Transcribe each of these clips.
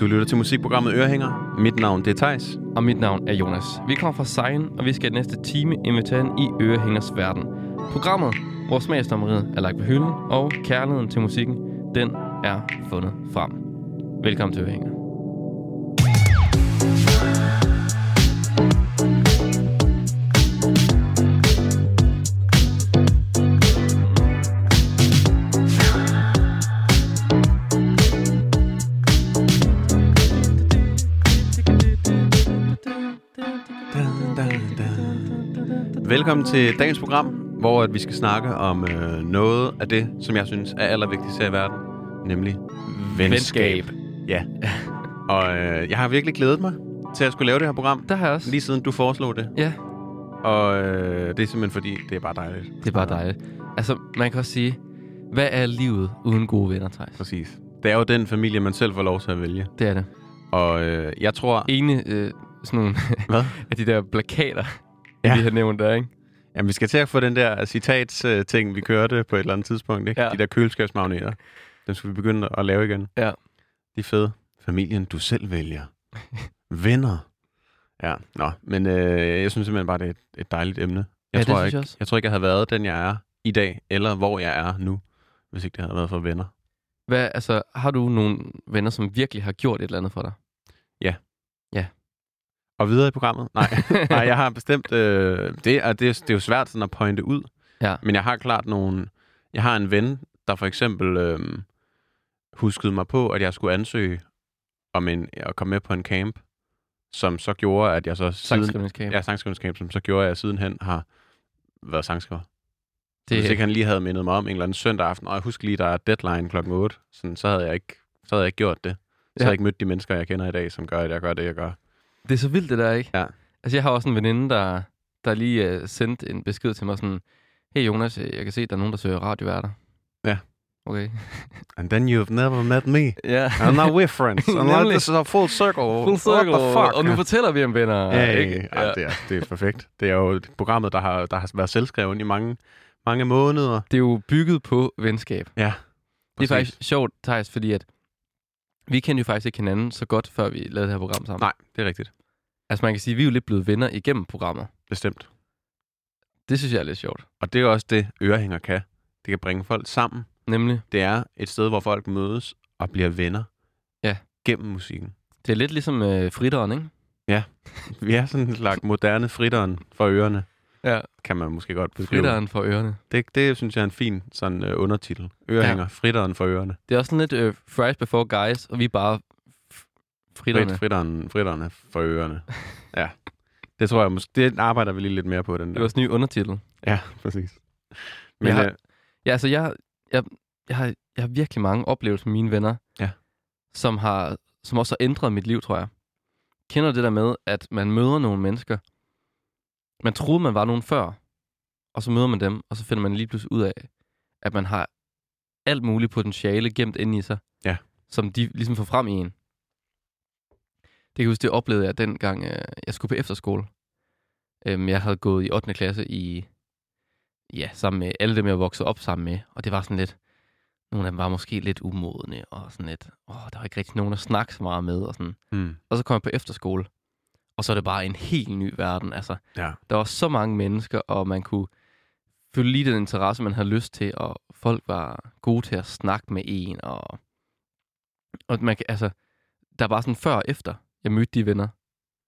Du lytter til musikprogrammet Ørehænger. Mit navn det er Tejs. Og mit navn er Jonas. Vi kommer fra Sejen, og vi skal i næste time invitere ind i Ørehængers verden. Programmet, hvor smagsdommeriet er lagt på hylden, og kærligheden til musikken, den er fundet frem. Velkommen til Ørehænger. Velkommen til dagens program, hvor at vi skal snakke om øh, noget af det, som jeg synes er allervigtigst her i verden, nemlig venskab. Ja. Og øh, jeg har virkelig glædet mig til at skulle lave det her program, Der har jeg også. lige siden du foreslog det. Ja, Og øh, det er simpelthen fordi, det er bare dejligt. det er bare dejligt. Altså, man kan også sige, hvad er livet uden gode venner, Thijs? Præcis. Det er jo den familie, man selv får lov til at vælge. Det er det. Og øh, jeg tror... Ene, øh, sådan nogle Hvad? af de der plakater, Ja. ja. vi har nævnt der, ikke? Jamen, vi skal til at få den der citats-ting, vi kørte på et eller andet tidspunkt. Ikke? Ja. Ja. De der køleskabsmagneter. Dem skal vi begynde at lave igen. Ja. De er fede. Familien, du selv vælger. Venner. Ja, nå. Men øh, jeg synes simpelthen bare, det er et, et dejligt emne. Jeg, Ja, det tror synes ikke, jeg også. jeg tror ikke, jeg havde været den, jeg er i dag, eller hvor jeg er nu, hvis ikke det havde været for venner. Hvad, altså, har du nogle venner, som virkelig har gjort et eller andet for dig? Og videre i programmet? Nej, Nej jeg har bestemt... Øh, det, og det, er- det er jo svært sådan at pointe ud. Ja. Men jeg har klart nogle... Jeg har en ven, der for eksempel øh, huskede mig på, at jeg skulle ansøge om en, at komme med på en camp, som så gjorde, at jeg så siden... Sangskrivningskamp. Ja, sangskrivningscamp, som så gjorde, at jeg sidenhen har været sangskriver. Det... Hvis ikke det, han lige havde mindet mig om en eller anden søndag aften, og jeg husker lige, der er deadline klokken 8, sådan, så, havde jeg ikke, så havde jeg ikke gjort det. Så Ja. havde jeg ikke mødt de mennesker, jeg kender i dag, som gør, at jeg gør det, jeg gør. det er så vildt, det der, ikke? Ja. Altså, jeg har også en veninde, der, der lige uh, sendte en besked til mig sådan, hey Jonas, øh, jeg kan se, at der er nogen, der søger radioværter. Ja. Okay. And then you've never met me. Ja. And now we're friends. And now Nemlig. this is a full circle. Full circle. What the fuck? Og nu fortæller vi om venner. ja, ja, ikke? ikke? Ja. det... Det, er, det er perfekt. Det er jo programmet, der har, der har været selvskrevet i mange, mange måneder. det er jo bygget på venskab. Ja. Det Præcis. er faktisk sjovt, Thijs, fordi at vi kendte jo faktisk ikke hinanden så godt, før vi lavede det her program sammen. Nej, det er rigtigt. Altså, man kan sige, at vi er jo lidt blevet venner igennem programmer. Bestemt. Det synes jeg er lidt sjovt. Og det er også det, ørehænger kan. Det kan bringe folk sammen. Nemlig, Det er et sted, hvor folk mødes og bliver venner. Ja. Gennem musikken. det er lidt ligesom øh, fritteren, ikke? Vi er sådan en slags moderne fritteren for ørerne. Ja. Kan man måske godt beskrive. Fritteren for ørerne. Det, det synes jeg er en fin sådan, øh, undertitel. Ørehænger, ja. fritteren for ørerne. Det er også sådan lidt øh, fries before guys, og vi er bare f- fritterne. Frit, fritteren, fritterne for ørerne. Ja. Det tror jeg måske, det arbejder vi lige lidt mere på, den Det er der. vores nye undertitel. Ja, præcis. Men Jeg har- øh, Ja, altså, jeg, jeg, jeg, har, jeg har virkelig mange oplevelser med mine venner, Ja. som, har, som også har ændret mit liv, tror jeg. Kender du det der med, at man møder nogle mennesker, man troede, man var nogen før, og så møder man dem, og så finder man lige pludselig ud af, at man har alt muligt potentiale gemt inde i sig, Ja. som de ligesom får frem i en. Det kan jeg huske, det oplevede jeg dengang, øh, jeg skulle på efterskole. Øhm, Jeg havde gået i 8. klasse i ja, sammen med alle dem, jeg voksede op sammen med. Og det var sådan lidt, nogle af dem var måske lidt umodne, og sådan lidt, åh, der var ikke rigtig nogen at snakke så meget med, og sådan. hmm, Og så kom jeg på efterskole, og så er det bare en helt ny verden, altså. Ja. Der var så mange mennesker, og man kunne følge lige den interesse, man havde lyst til, og folk var gode til at snakke med en, og, og man kan, altså, der var sådan før og efter, jeg mødte de venner,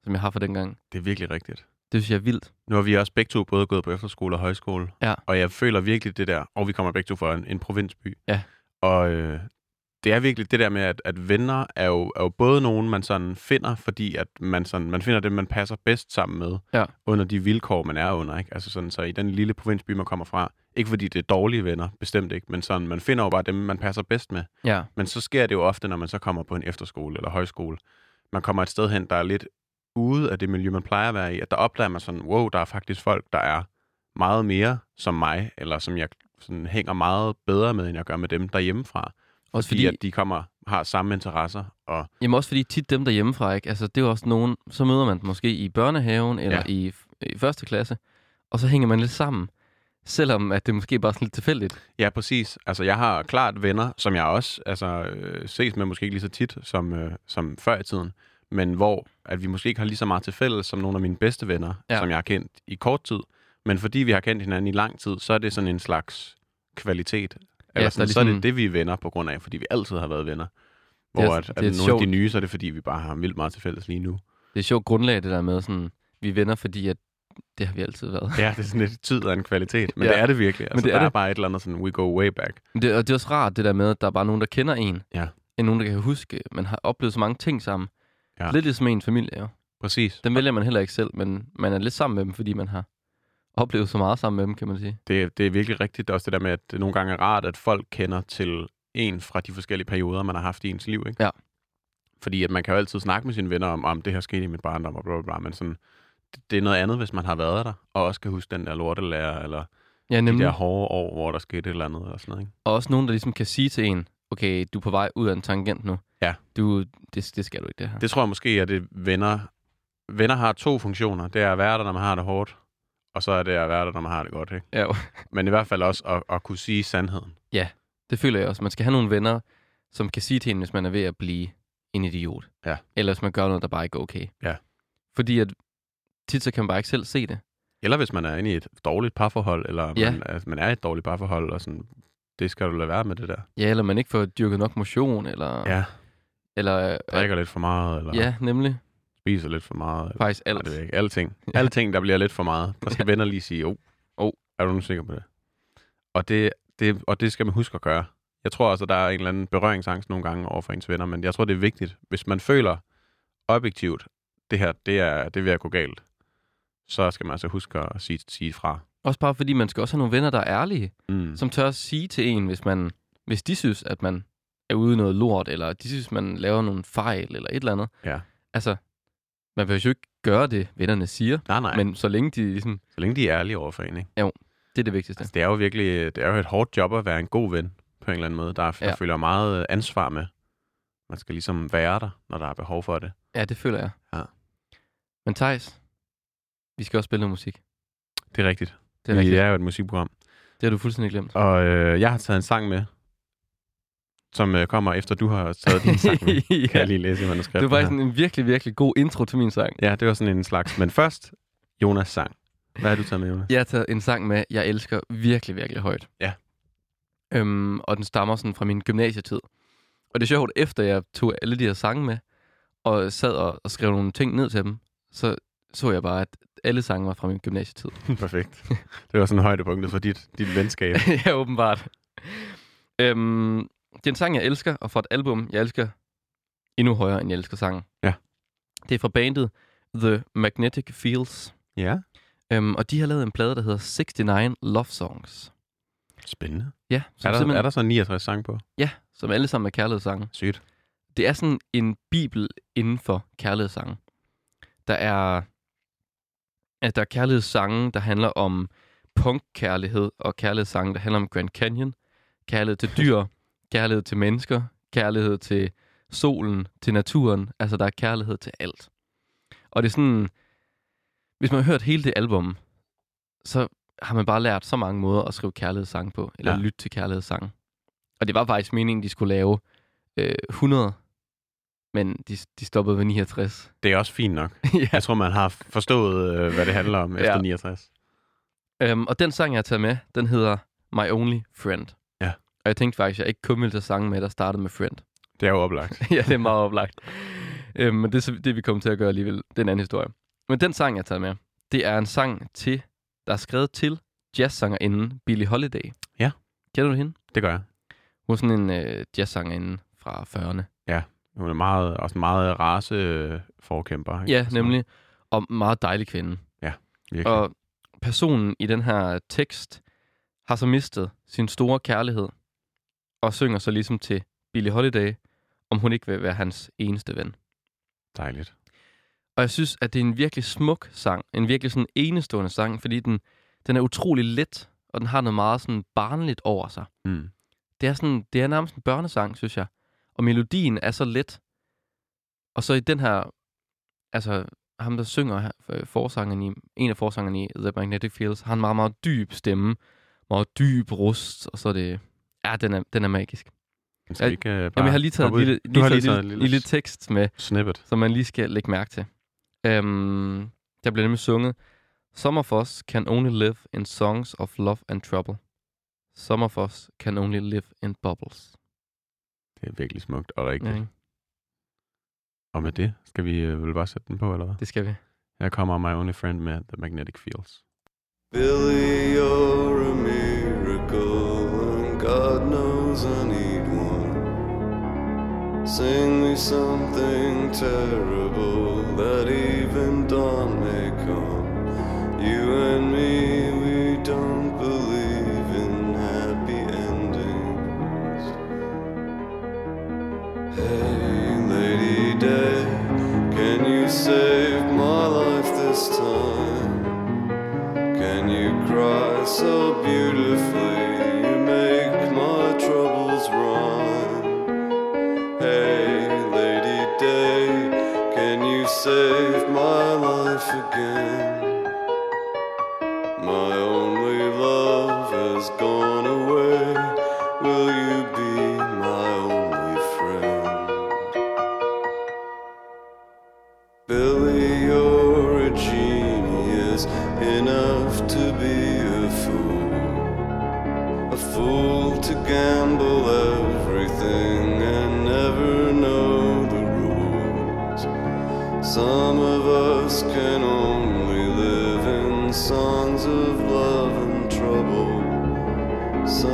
som jeg har fra dengang. det er virkelig rigtigt. Det synes jeg er vildt. Nu har vi også begge to både gået på efterskole og højskole. Ja. Og jeg føler virkelig det der, og vi kommer begge to fra en, en provinsby. Ja. Og øh, det er virkelig det der med, at, at venner er jo, er jo både nogen, man sådan finder, fordi at man, sådan, man finder dem, man passer bedst sammen med, Ja. under de vilkår, man er under. Ikke? Altså sådan, så i den lille provinsby, man kommer fra, ikke fordi det er dårlige venner, bestemt ikke, men sådan, man finder jo bare dem, man passer bedst med. Ja, Men så sker det jo ofte, når man så kommer på en efterskole eller højskole. Man kommer et sted hen, der er lidt ude af det miljø, man plejer at være i. At der opdager man sådan, wow, der er faktisk folk, der er meget mere som mig, eller som jeg sådan hænger meget bedre med, end jeg gør med dem derhjemmefra. også Fordi, fordi at de kommer har samme interesser. Og Jamen også fordi tit dem derhjemmefra, ikke? Altså, det er jo også nogen, så møder man dem måske i børnehaven eller Ja. ja. i, i første klasse, og så hænger man lidt sammen. selvom at det måske bare er sådan lidt tilfældigt. Ja, præcis. Altså, jeg har klart venner, som jeg også altså, øh, ses med måske ikke lige så tit som, øh, som før i tiden, men hvor at vi måske ikke har lige så meget til fælles som nogle af mine bedste venner, Ja. ja. som jeg har kendt i kort tid. Men fordi vi har kendt hinanden i lang tid, så er det sådan en slags kvalitet. Eller der er ja, sådan, ligesom- Så er det det, vi er venner på grund af, fordi vi altid har været venner. Hvor Det er- det er, at, at det er nogle sjovt. af de nye, så er det fordi, vi bare har vildt meget til fælles lige nu. Det er sjovt grundlag, det der med, sådan, vi er venner, fordi at det har vi altid været. Ja, det er sådan lidt tid og en kvalitet, men Ja. ja. det er det virkelig. Altså, men det det er er der er det. bare et eller andet sådan, we go way back. Men Det, og det er også rart, det der med, at der er bare nogen, der kender en. Ja. End nogen, der kan huske. Man har oplevet så mange ting sammen. Ja. Lidt ligesom en familie, jo. Præcis. Den vælger man heller ikke selv, men man er lidt sammen med dem, fordi man har oplevet så meget sammen med dem, kan man sige. Det, det er virkelig rigtigt. Det er også det der med, at det nogle gange er rart, at folk kender til en fra de forskellige perioder, man har haft i ens liv. Ikke? Ja. Fordi at man kan jo altid snakke med sine venner om, om det her skete i mit barndom, og bla, bla, bla, men sådan, det, det er noget andet, hvis man har været der, og også kan huske den der lortelærer, eller Ja, de nemlig. der hårde år, hvor der skete et eller andet. Eller sådan noget, ikke? Og også nogen, der ligesom kan sige til en, okay, du er på vej ud af en tangent nu. Ja. Du, det, det skal du ikke, det her. Det tror jeg måske er det, venner... Venner har to funktioner. Det er at være der, når man har det hårdt, og så er det at være der, når man har det godt. Ikke? Ja, jo. Men i hvert fald også at, at kunne sige sandheden. Det føler jeg også. Man skal have nogle venner, som kan sige til en, hvis man er ved at blive en idiot. Ja. Eller hvis man gør noget, der bare ikke er okay. Ja. Fordi at tit så kan man bare ikke selv se det. Eller hvis man er inde i et dårligt parforhold, eller Ja. ja. man, altså, man er i et dårligt parforhold, og sådan, det skal du lade være med det der. Ja, eller man ikke får dyrket nok motion, eller... Ja, eller drikker lidt for meget, eller ja. ja, nemlig. spiser lidt for meget. Eller, Faktisk Nej, alt. det ved jeg ikke. Alting. Alting, der bliver lidt for meget. Der skal venner lige sige, oh, Oh. oh, er du nu sikker på det? Og det, det? og det skal man huske at gøre. Jeg tror også, at der er en eller anden berøringsangst nogle gange over for ens venner, men jeg tror, det er vigtigt. Hvis man føler objektivt, det her, det er, det er ved at gå galt, så skal man altså huske at sige, sige fra. Også bare fordi man skal også have nogle venner, der er ærlige, Mm. som tør at sige til en, hvis, man, hvis de synes, at man er ude i noget lort, eller de synes, man laver nogle fejl, eller et eller andet. Ja. Altså, man vil jo ikke gøre det, vennerne siger, Nej, nej. Men, men så længe de ligesom, så længe de er ærlige over for en, ikke? det er det vigtigste. Altså, det er jo virkelig det er jo et hårdt job at være en god ven på en eller anden måde. Der, er, der Ja. følger meget øh, ansvar med. Man skal ligesom være der, når der er behov for det. Ja, det føler jeg. Ja. Men Thijs, vi skal også spille noget musik. Det er rigtigt. Det er rigtigt. Vi er jo et musikprogram. Det har du fuldstændig glemt. Og øh, jeg har taget en sang med, som øh, kommer efter du har taget din sang med. Kan jeg lige læse i manuskriptet Det var faktisk her. en virkelig, virkelig god intro til min sang. Ja, det var sådan en slags. Men først, Jonas sang. Hvad har du taget med, Jonas? Jeg har taget en sang med, jeg elsker virkelig, virkelig højt. Ja. Øhm, og den stammer sådan fra min gymnasietid. Og det er sjovt, efter jeg tog alle de her sange med, og sad og, og skrev nogle ting ned til dem, så så jeg bare, at alle sange var fra min gymnasietid. Perfekt. Det var sådan højdepunktet for dit, dit venskab. ja, åbenbart. Øhm, det er en sang, jeg elsker, og fra et album, jeg elsker endnu højere, end jeg elsker sangen. Ja. Det er fra bandet The Magnetic Fields, Ja. øhm, og de har lavet en plade, der hedder 69 Love Songs. Spændende. Ja, Er som, der, simpelthen- er der så 69 sang på? ja, som alle sammen er kærlighedssange. Sygt. Det er sådan en bibel inden for kærlighedssange. Der er, at der er kærlighedssange, der handler om punkkærlighed, og kærlighedssange, der handler om Grand Canyon, kærlighed til dyr, kærlighed til mennesker, kærlighed til solen, til naturen. Altså, der er kærlighed til alt. Og det er sådan, hvis man har hørt hele det album, så har man bare lært så mange måder at skrive kærlighedssange på, eller ja. Ja. lytte til kærlighedssange. Og det var faktisk meningen, de skulle lave øh, 100, men de, de stoppede ved 69. Det er også fint nok. ja. Jeg tror, man har forstået, øh, hvad det handler om efter Ja. 69. øhm, og den sang, jeg har taget med, den hedder My Only Friend. Ja. Og jeg tænkte faktisk, at jeg ikke kun ville tage sange med, der startede med Friend. Det er jo oplagt. ja, det er meget oplagt. Øhm, men det er så det, vi kommer til at gøre alligevel. Det er en anden historie. Men den sang, jeg har taget med, det er en sang til, der er skrevet til jazzsangerinden Billie Holiday. Ja. Kender du hende? Det gør jeg. Hun er sådan en øh, jazzsangerinde fra 40'erne. Hun er meget, også en meget raceforkæmper. ikke? Ja, Altså, nemlig. Og meget dejlig kvinde. Virkelig. Og personen i den her tekst har så mistet sin store kærlighed, og synger så ligesom til Billie Holiday, om hun ikke vil være hans eneste ven. Dejligt. Og jeg synes, at det er en virkelig smuk sang, en virkelig sådan enestående sang, fordi den, den er utrolig let, og den har noget meget sådan barnligt over sig. Mm. Det er, sådan, det er nærmest en børnesang, synes jeg. Og melodien er så let. Og så i den her, altså ham, der synger her, øh, forsangeren i, en af forsangerne i The Magnetic Fields, har en meget, meget dyb stemme, meget dyb rust, og så er det... Ja, den er, den er magisk. Men Skal vi ikke, øh, bare Jamen, jeg har lige taget hoppe ud? en lille, du lige har lige taget taget en en lille, lille lille tekst med, snippet. som man lige skal lægge mærke til. Øhm, der bliver nemlig sunget, Some of us can only live in songs of love and trouble. Some of us can only live in bubbles. Det er virkelig smukt og rigtigt. Ja, Ja. ikke? Og med det skal vi øh, vel bare sætte den på, eller hvad? det skal vi. Her kommer My Only Friend med The Magnetic Fields. Billy, you're a miracle, and God knows I need one. Sing me something terrible that even dawn may come. You and me, we don't believe in happy endings. Hey, Lady Day, can you save my life this time? Can you cry so beautifully? You make my troubles rhyme. Hey, Lady Day, can you save my life again? My only love has gone away. Will you be my only friend? Billy, you're a genius enough to be a fool. A fool to gamble everything and never know the rules. Some of us can only live in songs of love and trouble. Some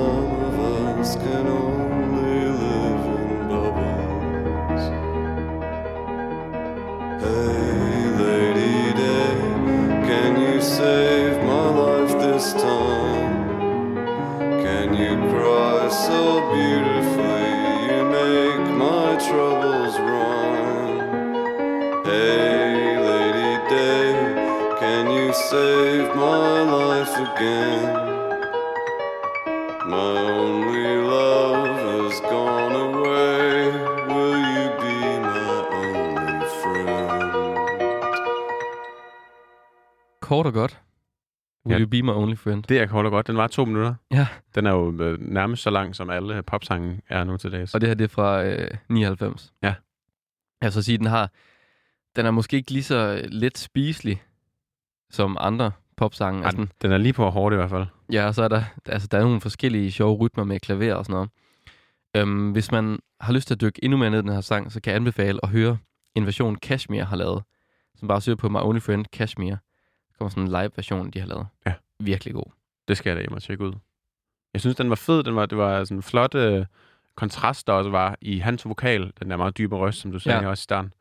of us can only live in bubbles. Hey, Lady Day, can you save my life this time? Can you cry so beautifully? You make my troubles rhyme. Hey, Lady Day, can you save my life again? My only love has gone away. Will you be my only friend? Kort og godt. Will Ja. you be my only friend? Det er kort og godt. Den var to minutter. Ja, Den er jo øh, nærmest så lang, som alle popsange er nu til dags. og det her det er fra øh, 99. Ja. Jeg vil så sige, den har... Den er måske ikke lige så øh, let spiselig som andre popsange. Ej, Altså, den- den er lige på hårdt i hvert fald. Ja, og så er der, altså, der er nogle forskellige sjove rytmer med klaver og sådan noget. Øhm, hvis man har lyst til at dykke endnu mere ned i den her sang, så kan jeg anbefale at høre en version Kashmir har lavet, som bare søger på My Only Friend Kashmir. Der kommer sådan en live version, de har lavet. Ja. Virkelig god. Det skal jeg da hjem og tjekke ud. Jeg synes, den var fed. Den var, det var sådan en flot øh, kontrast, der også var i hans vokal. Den der meget dybe røst, som du sagde Ja. ja. også i starten.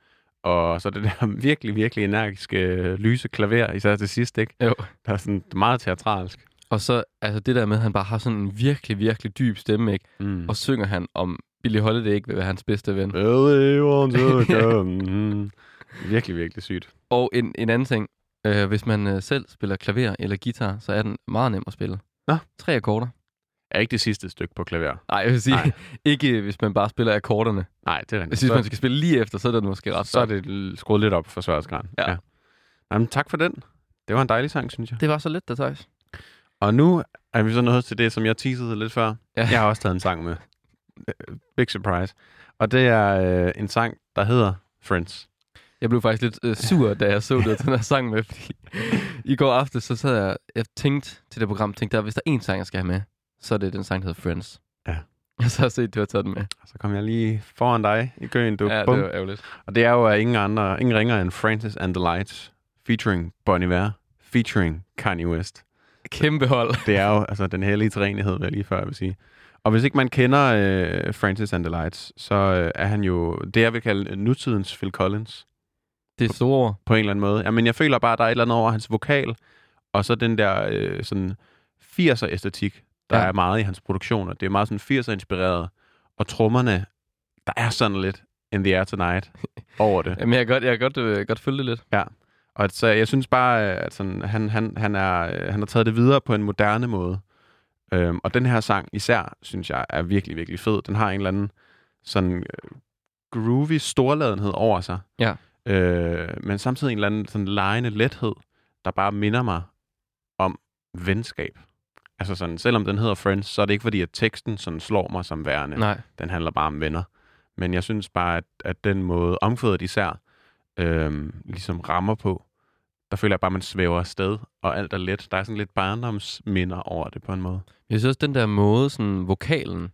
Og så det der virkelig, virkelig energiske, øh, lyse klaver, især til sidst, ikke? Jo. Der er sådan meget teatralsk. Og så altså det der med, at han bare har sådan en virkelig, virkelig dyb stemme, ikke? Mm. Og synger han om Billy Holiday ikke vil være hans bedste ven. Really want to come. Mm. Virkelig, virkelig sygt. Og en, en anden ting, øh, hvis man øh, selv spiller klaver eller guitar, så er den meget nem at spille. Nå. Tre akkorder. Er ikke det sidste stykke på klaver? Nej, jeg vil sige, Nej. ikke øh, hvis man bare spiller akkorderne. Nej, det er Jeg rigtigt. synes, Så- man skal spille lige efter, så er den måske ret så er det l- skruet lidt op for Sørensgræn. Ja. Jamen, tak for den. Det var en dejlig sang, synes jeg. Det var så let, der Thijs. Og nu er vi så nået til det, som jeg teasede lidt før. Ja. Jeg har også taget en sang med. Øh, Big surprise. Og det er øh, en sang, der hedder Friends. Jeg blev faktisk lidt øh, sur, da jeg så det, den her sang med, fordi i går aftes, så sad jeg, jeg tænkte til det program, tænkte jeg, hvis der er én sang, jeg skal have med, så er det den sang, der hedder Friends. Ja. Jeg så har set, du har taget den med. Og så kom jeg lige foran dig i køen. Du. ja, Bum. det var ærgerligt. Og det er jo af ingen, andre, ingen ringer end Francis and the Lights, featuring Bon Iver, featuring Kanye West. Kæmpe hold. det er jo altså den hellige træenighed, hvad jeg lige før jeg vil sige. Og hvis ikke man kender øh, Francis and the Lights, så øh, er han jo det, jeg vil kalde nutidens Phil Collins Det er store ord. på en eller anden måde. Jamen, jeg føler bare, at der er et eller andet over hans vokal, og så den der øh, sådan 80'er æstetik, der Ja. ja. er meget i hans produktioner. Det er meget sådan 80'er inspireret, og trommerne, der er sådan lidt in the air tonight over det. Jamen, jeg kan godt, jeg kan godt, øh, godt følge det lidt. Og så jeg synes bare, øh, at sådan, han, han, han, er, øh, han har taget det videre på en moderne måde. Øhm, og den her sang især, synes jeg, er virkelig, virkelig fed. Den har en eller anden sådan øh, groovy storladenhed over sig. Ja. Øh, men samtidig en eller anden sådan lejende lethed, der bare minder mig om venskab. Altså sådan, selvom den hedder Friends, så er det ikke fordi, at teksten sådan slår mig som værende. Nej. Den handler bare om venner. Men jeg synes bare, at, at den måde omkvædet især øhm, ligesom rammer på, der føler jeg bare, at man svæver afsted, og alt er let. Der er sådan lidt barndomsminder over det på en måde. Jeg synes også, den der måde, sådan vokalen,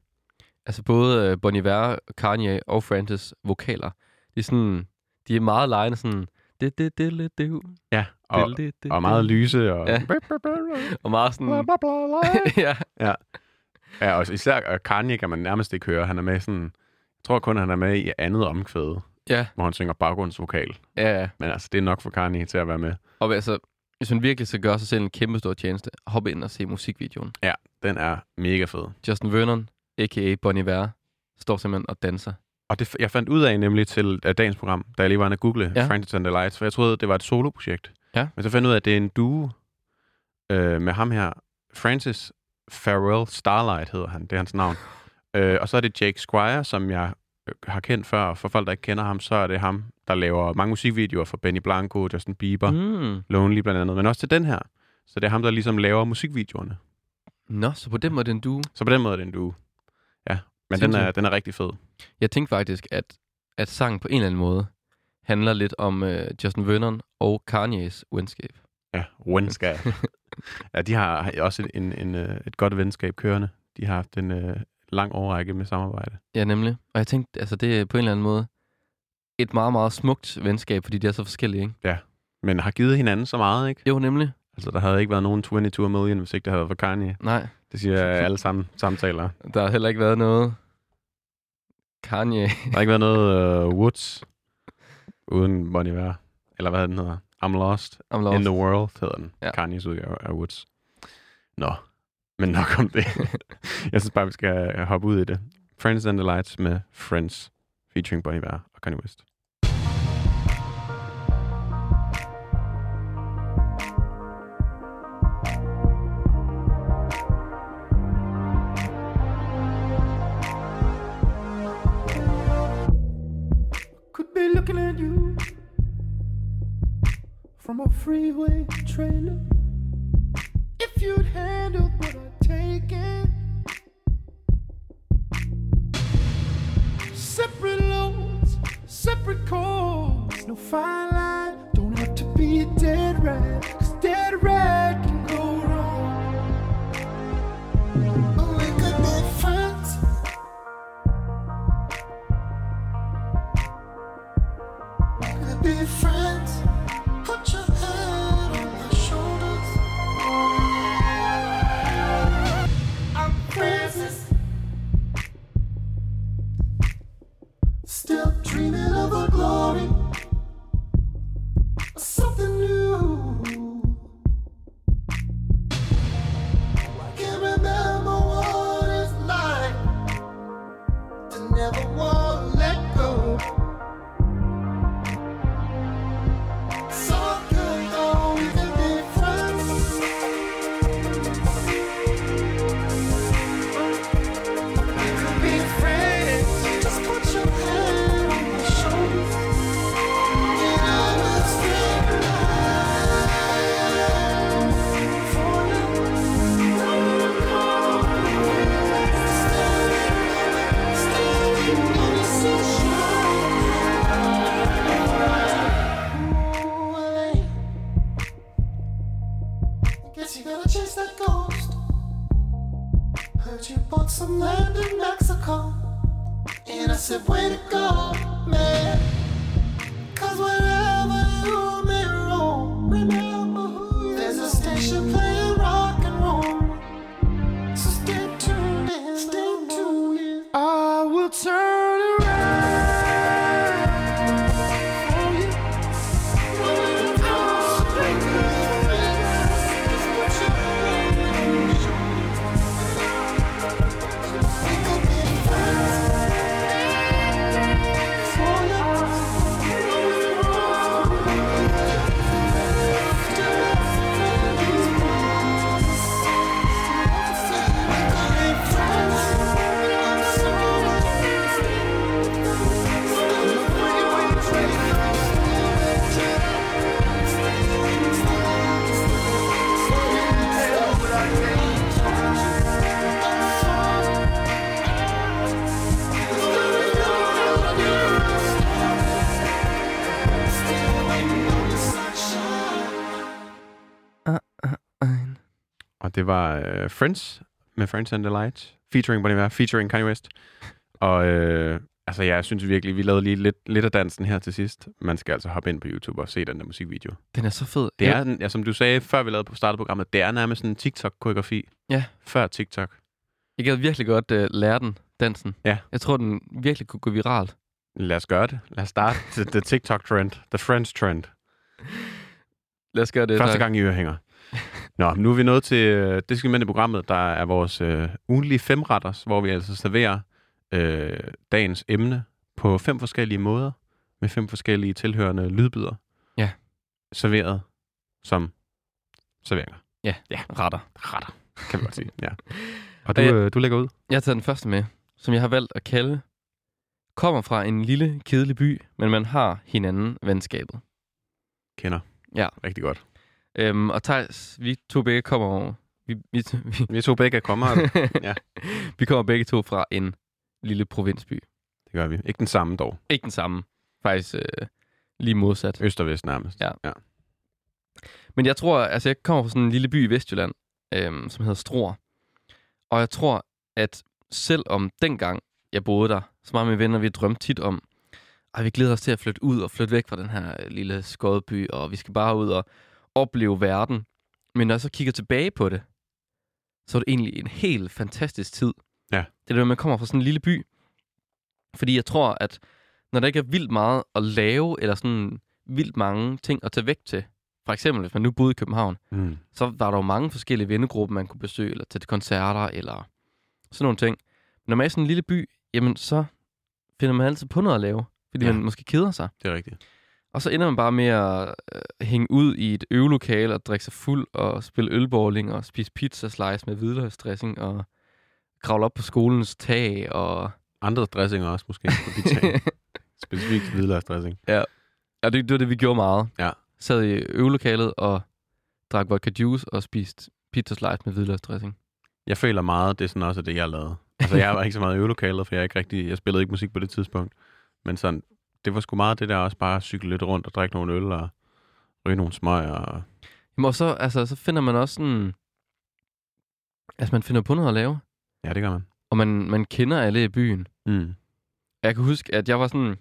altså både øh, Bon Iver, Kanye og Francis vokaler, de er sådan, de er meget lejende sådan, det, det, det, det, det, Ja, og, det, det, og meget lyse. Og, Ja. Mm. og meget Bla, sådan, bla, bla, bla. ja, Ja, og især og Kanye kan man nærmest ikke høre. Han er med sådan... Jeg tror kun, han er med i andet omkvæde, ja, hvor han synger baggrundsvokal. ja, ja. Men altså, det er nok for Kanye til at være med. Og altså, hvis man virkelig skal gøre sig selv en kæmpe stor tjeneste, hoppe ind og se musikvideoen. Ja, den er mega fed. Justin Vernon, a.k.a. Bon Iver, står simpelthen og danser. Og det, jeg fandt ud af nemlig til af dagens program, da jeg lige var inde at google Ja. ja. Francis and the Lights, for jeg troede, det var et soloprojekt. Ja. Men så fandt jeg ud af, at det er en duo øh, med ham her, Francis Farewell Starlight hedder han, det er hans navn. øh, og så er det Jake Squire, som jeg øh, har kendt før, og for folk, der ikke kender ham, så er det ham, der laver mange musikvideoer for Benny Blanco, Justin Bieber, mm. Mm. Lonely blandt andet, men også til den her. Så det er ham, der ligesom laver musikvideoerne. Nå, så på den måde den du. Så på den måde er det en duo. Ja, men den er, Sindssygt. den er rigtig fed. Jeg tænkte faktisk, at, at sangen på en eller anden måde handler lidt om øh, Justin Vernon og Kanye's venskab. Ja, venskab. ja, de har også en, en, øh, et godt venskab kørende. De har haft en øh, lang overrække med samarbejde. Ja, nemlig. Og jeg tænkte, altså det er på en eller anden måde et meget, meget smukt venskab, fordi de er så forskellige, ikke? Men har givet hinanden så meget, ikke? Jo, nemlig. Altså, der havde ikke været nogen 22 million, hvis ikke det havde været for Kanye. Nej, Det siger alle sammen samtaler. der har heller ikke været noget Kanye. Der har ikke været noget øh, Woods uden Bon Iver. Eller hvad den hedder? I'm lost, I'm lost. lost. in the world, hedder den. Ja. Ja. Kanye's udgave af Woods. Nå, men nok om det. Jeg synes bare, vi skal øh, hoppe ud i det. Friends and the Lights med Friends, featuring Bon Iver og Kanye West. could be looking at you from a freeway trailer. If you'd handled what I'd taken, separate loads, separate calls, no fine line. Don't have to be a dead rat, cause dead rat can go wrong. But we could be friends. could be friends. Put your head on my shoulders. I'm Francis. Still dreaming of a glory. Something new. I can't remember what it's like to never want to let go. So good, though, we can be friends. We could be friends. Just put your hand on my shoulder. And I will spend the night falling. Standing on the sunshine. away. Guess you gotta chase that ghost. Heard you bought some land in Mexico. And I said, way to go, man. Cause whenever you may roam, remember who you There's a station playing rock and roll. So stay tuned in, stay tuned in. I will turn around for you. Thank det var øh, Friends med Friends and the Lights, featuring Bonnie Iver, featuring Kanye West. Og øh, altså, jeg synes virkelig, vi lavede lige lidt, lidt af dansen her til sidst. Man skal altså hoppe ind på YouTube og se den der musikvideo. Den er så fed. Det Jeg- er, den- ja, som du sagde, før vi lavede startede programmet, det er nærmest sådan en TikTok-koreografi. Ja. Før TikTok. Jeg gad virkelig godt uh, lære den, dansen. Ja. Jeg tror, den virkelig kunne gå viralt. Lad os gøre det. Lad os starte the, the TikTok-trend. The Friends trend. Lad os gøre det. Første tak. gang i ørehænger. Nå, nu er vi nået til øh, det segment i programmet, der er vores øh, ugenlige femretters, hvor vi altså serverer øh, dagens emne på fem forskellige måder, med fem forskellige tilhørende lydbider. Ja. Serveret som serveringer. Ja, ja. retter. Retter, kan vi godt sige. Ja. Og du, Og jeg- øh, du lægger ud. Jeg har taget den første med, som jeg har valgt at kalde Kommer fra en lille, kedelig by, men man har hinanden venskabet. Kender. Ja. Rigtig godt. Øhm, og Thijs, vi to begge kommer over. Vi, vi, vi, Vi to begge kommer, det Ja. vi kommer begge to fra en lille provinsby. gør vi. Ikke den samme dog. Ikke den samme. Faktisk øh, lige modsat. Øst og vest nærmest. Ja. ja. Men jeg tror, altså jeg kommer fra sådan en lille by i Vestjylland, øhm, som hedder Struer. Og jeg tror, at selvom dengang jeg boede der, så mange af mine venner, vi drømte tit om, at vi glæder os til at flytte ud og flytte væk fra den her øh, lille skodby, og vi skal bare ud og opleve verden. Men når jeg så kigger tilbage på det, så er det egentlig en helt fantastisk tid. Ja. Det er det, at man kommer fra sådan en lille by. Fordi jeg tror, at når der ikke er vildt meget at lave, eller sådan vildt mange ting at tage væk til, for eksempel, hvis man nu boede i København, Mm. så var der jo mange forskellige vennegrupper, man kunne besøge, eller tage til koncerter, eller sådan nogle ting. Men når man er i sådan en lille by, jamen så finder man altid på noget at lave, fordi Ja. ja. man måske keder sig. Det er rigtigt. Og så ender man bare med at øh, hænge ud i et øvelokale og drikke sig fuld og spille ølbowling og spise pizza slice med hvidløgsdressing og kravle op på skolens tag og Andre dressinger også måske. på de ting. Specifikt hvidløgsdressing. Ja, det, det var det, vi gjorde meget. Ja. Sad i øvelokalet og drak vodka juice og spiste pizza slice med hvidløgsdressing. Jeg føler meget, det er sådan også det, jeg lavede. Altså, jeg var ikke så meget i øvelokalet, for jeg, er ikke rigtig, jeg spillede ikke musik på det tidspunkt. Men sådan, det var sgu meget det der også bare at cykle lidt rundt og drikke nogle øl og ryge nogle smøger. Og... Jamen, og så, altså, så finder man også sådan... Altså, man finder på noget at lave, Ja, det gør man. og man, man kender alle i byen. Mm. Og Jeg kan huske, at jeg var sådan...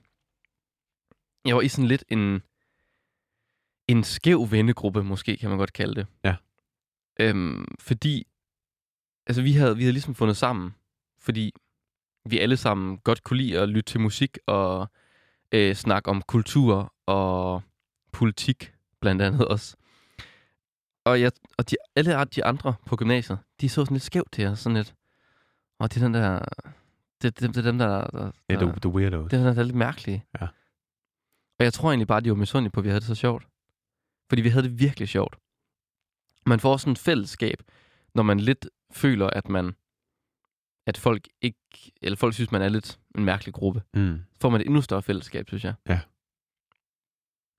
Jeg var i sådan lidt en... En skæv vennegruppe, måske kan man godt kalde det. Ja. Øhm, fordi... Altså, vi havde, vi havde ligesom fundet sammen. Fordi vi alle sammen godt kunne lide at lytte til musik og øh, snakke om kultur og politik, blandt andet også. Og, jeg, og de, alle de andre på gymnasiet, de så sådan lidt skævt til os, sådan lidt. Og det er den der... Det, det, det er dem, der, der, Ja, der du, du weirdo. det er sådan lidt mærkelige. Ja. Og jeg tror egentlig bare, de var misundelige på, at vi havde det så sjovt. Fordi vi havde det virkelig sjovt. Man får sådan et fællesskab, når man lidt føler, at man at folk ikke, eller folk synes, man er lidt en mærkelig gruppe. Mm. Så får man et endnu større fællesskab, synes jeg. Ja.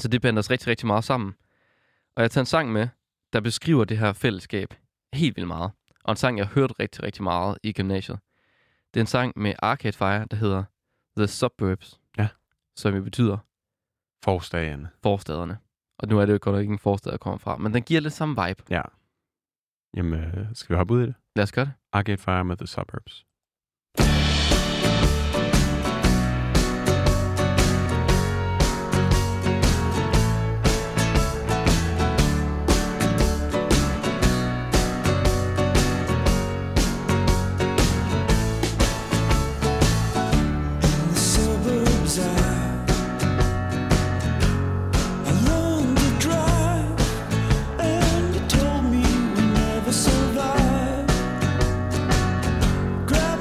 Så det bander os rigtig, rigtig meget sammen. Og jeg tager en sang med, der beskriver det her fællesskab helt vildt meget. Og en sang, jeg har hørt rigtig, rigtig meget i gymnasiet. Det er en sang med Arcade Fire, der hedder The Suburbs. Ja. Som jo betyder Forsdagen. forstaderne. Og nu er det jo godt nok ikke en forstad, jeg kommer fra. Men den giver lidt samme vibe. Ja. Jamen, øh, skal vi hoppe ud i det? Lad os gøre det. Arcade Fire med The Suburbs. The suburbs are along the drive, and you told me we never survive. Grab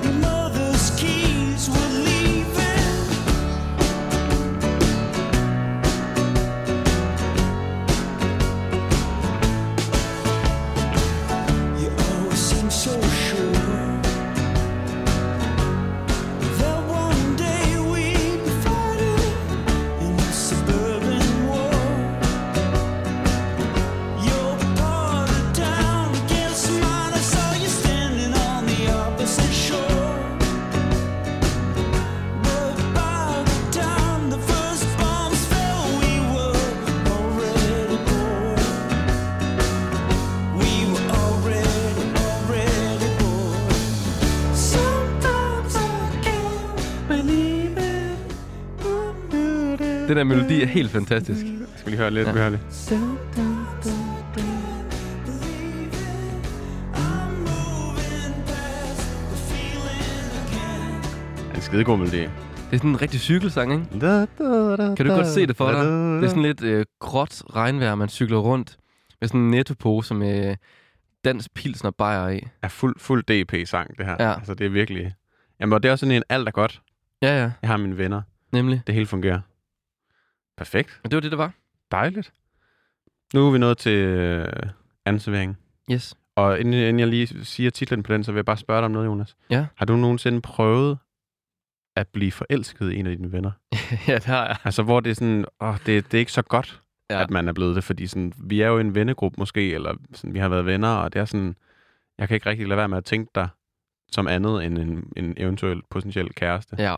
Den der melodi er helt fantastisk. Jeg skal lige høre lidt. Ja. Høre lidt. En skidegod melodi. Det er sådan en rigtig cykelsang, ikke? Kan du godt se det for dig? Det er sådan lidt øh, gråt regnvejr, man cykler rundt med sådan en nettopose med dansk pilsner bajer i. er fuld, fuld DP-sang, det her. Ja. Altså, det er virkelig... Jamen, og det er også sådan en, alt er godt. Ja, ja, Jeg har mine venner. nemlig. Det hele fungerer. Perfekt. Og det var det, der var. Dejligt. Nu er vi nået til øh, anden servering. Yes. Og inden, inden jeg lige siger titlen på den, så vil jeg bare spørge dig om noget, Jonas. Ja. Har du nogensinde prøvet at blive forelsket i en af dine venner? ja, det har jeg. Altså, hvor det er sådan, åh, det, det er ikke så godt, Ja. ja. at man er blevet det, fordi sådan, vi er jo en vennegruppe måske, eller sådan, vi har været venner, og det er sådan, jeg kan ikke rigtig lade være med at tænke dig som andet end en, en eventuel potentiel kæreste. Ja. Ja,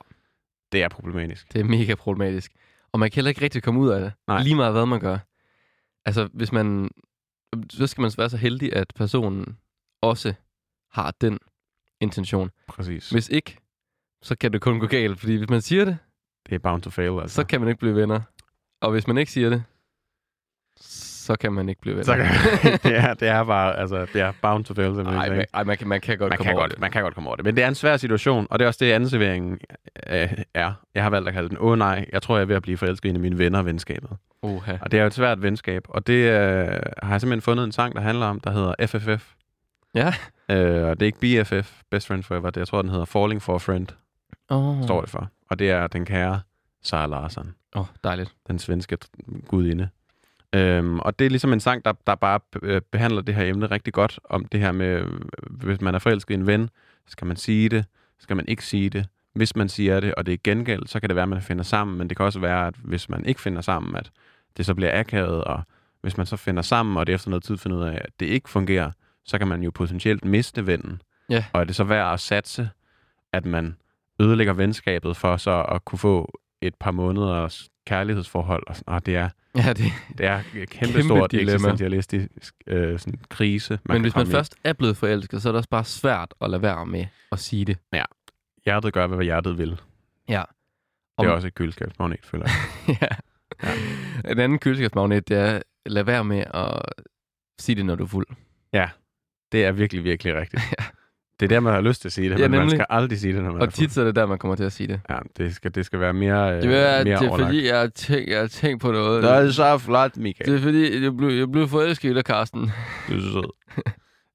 Det er problematisk. det er mega problematisk. Og man kan heller ikke rigtig komme ud af det. Nej. Lige meget hvad man gør. Altså, hvis man... Så skal man være så heldig, at personen også har den intention. Præcis. Hvis ikke, så kan det kun gå galt. Fordi hvis man siger det, Det er bound to fail, altså. så kan man ikke blive venner. Og hvis man ikke siger det, så kan man ikke blive venner. så kan, ja, det er bare, altså, det er bound to fail, simpelthen. Ej, ikke? man, ej, man, kan, man kan godt man komme kan over godt, det. Man kan godt komme over det. Men det er en svær situation, og det er også det, anden serveringen øh, er. Jeg har valgt at kalde den, åh oh, nej, jeg tror, jeg er ved at blive forelsket i en af mine venner og venskabet. Oha. Og det er jo et svært venskab, og det øh, har jeg simpelthen fundet en sang, der handler om, der hedder FFF. Ja. Øh, og det er ikke BFF, Best Friend Forever, det, jeg tror, den hedder Falling for a Friend, mm. Oh. står det for. Og det er den kære Sara Larsson, Åh, oh, dejligt. den svenske t- gudinde. Øhm, og det er ligesom en sang, der, der bare øh, behandler det her emne rigtig godt, om det her med, øh, hvis man er forelsket i en ven, skal man sige det, skal man ikke sige det. Hvis man siger det, og det er gengæld, så kan det være, at man finder sammen, men det kan også være, at hvis man ikke finder sammen, at det så bliver akavet, og hvis man så finder sammen, og det efter noget tid finder ud af, at det ikke fungerer, så kan man jo potentielt miste vennen. Ja. Og er det så værd at satse, at man ødelægger venskabet for så at kunne få et par måneders kærlighedsforhold, og, sådan, og det er Ja, det, det er et kæmpe Kæmpe stort dilemma. eksistentialistisk øh, sådan, krise. man men kan hvis man komme i. først er blevet forelsket, så er det også bare svært at lade være med at sige det. Hjertet gør, hvad hjertet vil. Ja. Det er Om- også et køleskabsmagnet, føler jeg. ja. En anden køleskabsmagnet, det er, lad være med at sige det, når du er fuld. Det er virkelig, virkelig rigtigt. Det er der, man har lyst til at sige det, Ja, men man nemlig. skal aldrig sige det, når man er fuld. Og tit så er det der, man kommer til at sige det. Ja, det skal, det skal være mere, øh, Det mere er, det er overlagt. fordi, jeg har tænkt, jeg har tænkt på noget. Nå, det er så flot, Michael. det er fordi, jeg blev, jeg blev forelsket i dig, Karsten. Du er så sød.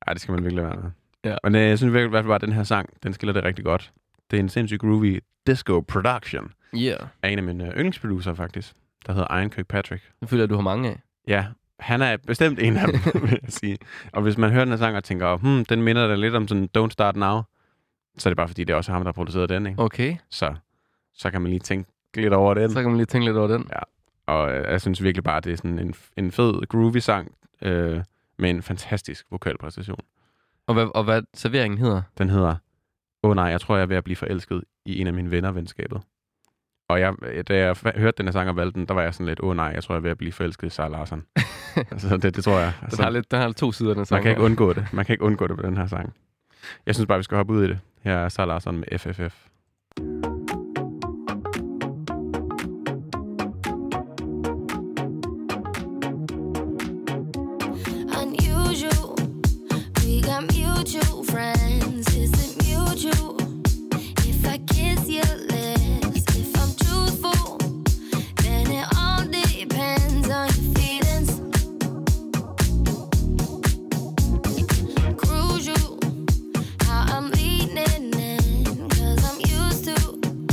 Ej, det skal man virkelig være med. Ja. Men øh, jeg synes virkelig, i hvert fald bare, at den her sang, den skiller det rigtig godt. Det er en sindssygt groovy disco production Ja. Yeah. af en af mine øh, yndlingsproducer, faktisk, der hedder Ian Kirkpatrick. Det føler jeg, du har mange af. Ja, han er bestemt en af dem, vil jeg sige. Og hvis man hører den her sang og tænker, hmm, den minder da lidt om sådan Don't Start Now, så er det bare fordi, det er også ham, der har produceret den, ikke? Okay, Så, så kan man lige tænke lidt over den. så kan man lige tænke lidt over den. Og øh, jeg synes virkelig bare, det er sådan en, en fed, groovy sang øh, med en fantastisk vokalpræstation. Og hvad, og hvad serveringen hedder. Den hedder, åh oh, nej, jeg tror, jeg er ved at blive forelsket i en af mine venner venskabet. Og jeg, øh, da jeg fa- hørte den her sang og valgte den, der var jeg sådan lidt, åh oh, nej, jeg tror, jeg er ved at blive forelsket i Sarah Larsen. altså, det, det tror jeg. Den Altså, har, lidt, den har to sider, den sang. man kan ikke her. undgå det. Man kan ikke undgå det med den her sang. Jeg synes bare, vi skal hoppe ud i det. Her er Sarah Larsen med FFF. unusual. We got mutual friends. Is it mutual? If I kiss your lips, if I'm truthful, then it all depends on your feelings. Crucial, how I'm leaning in, i I'm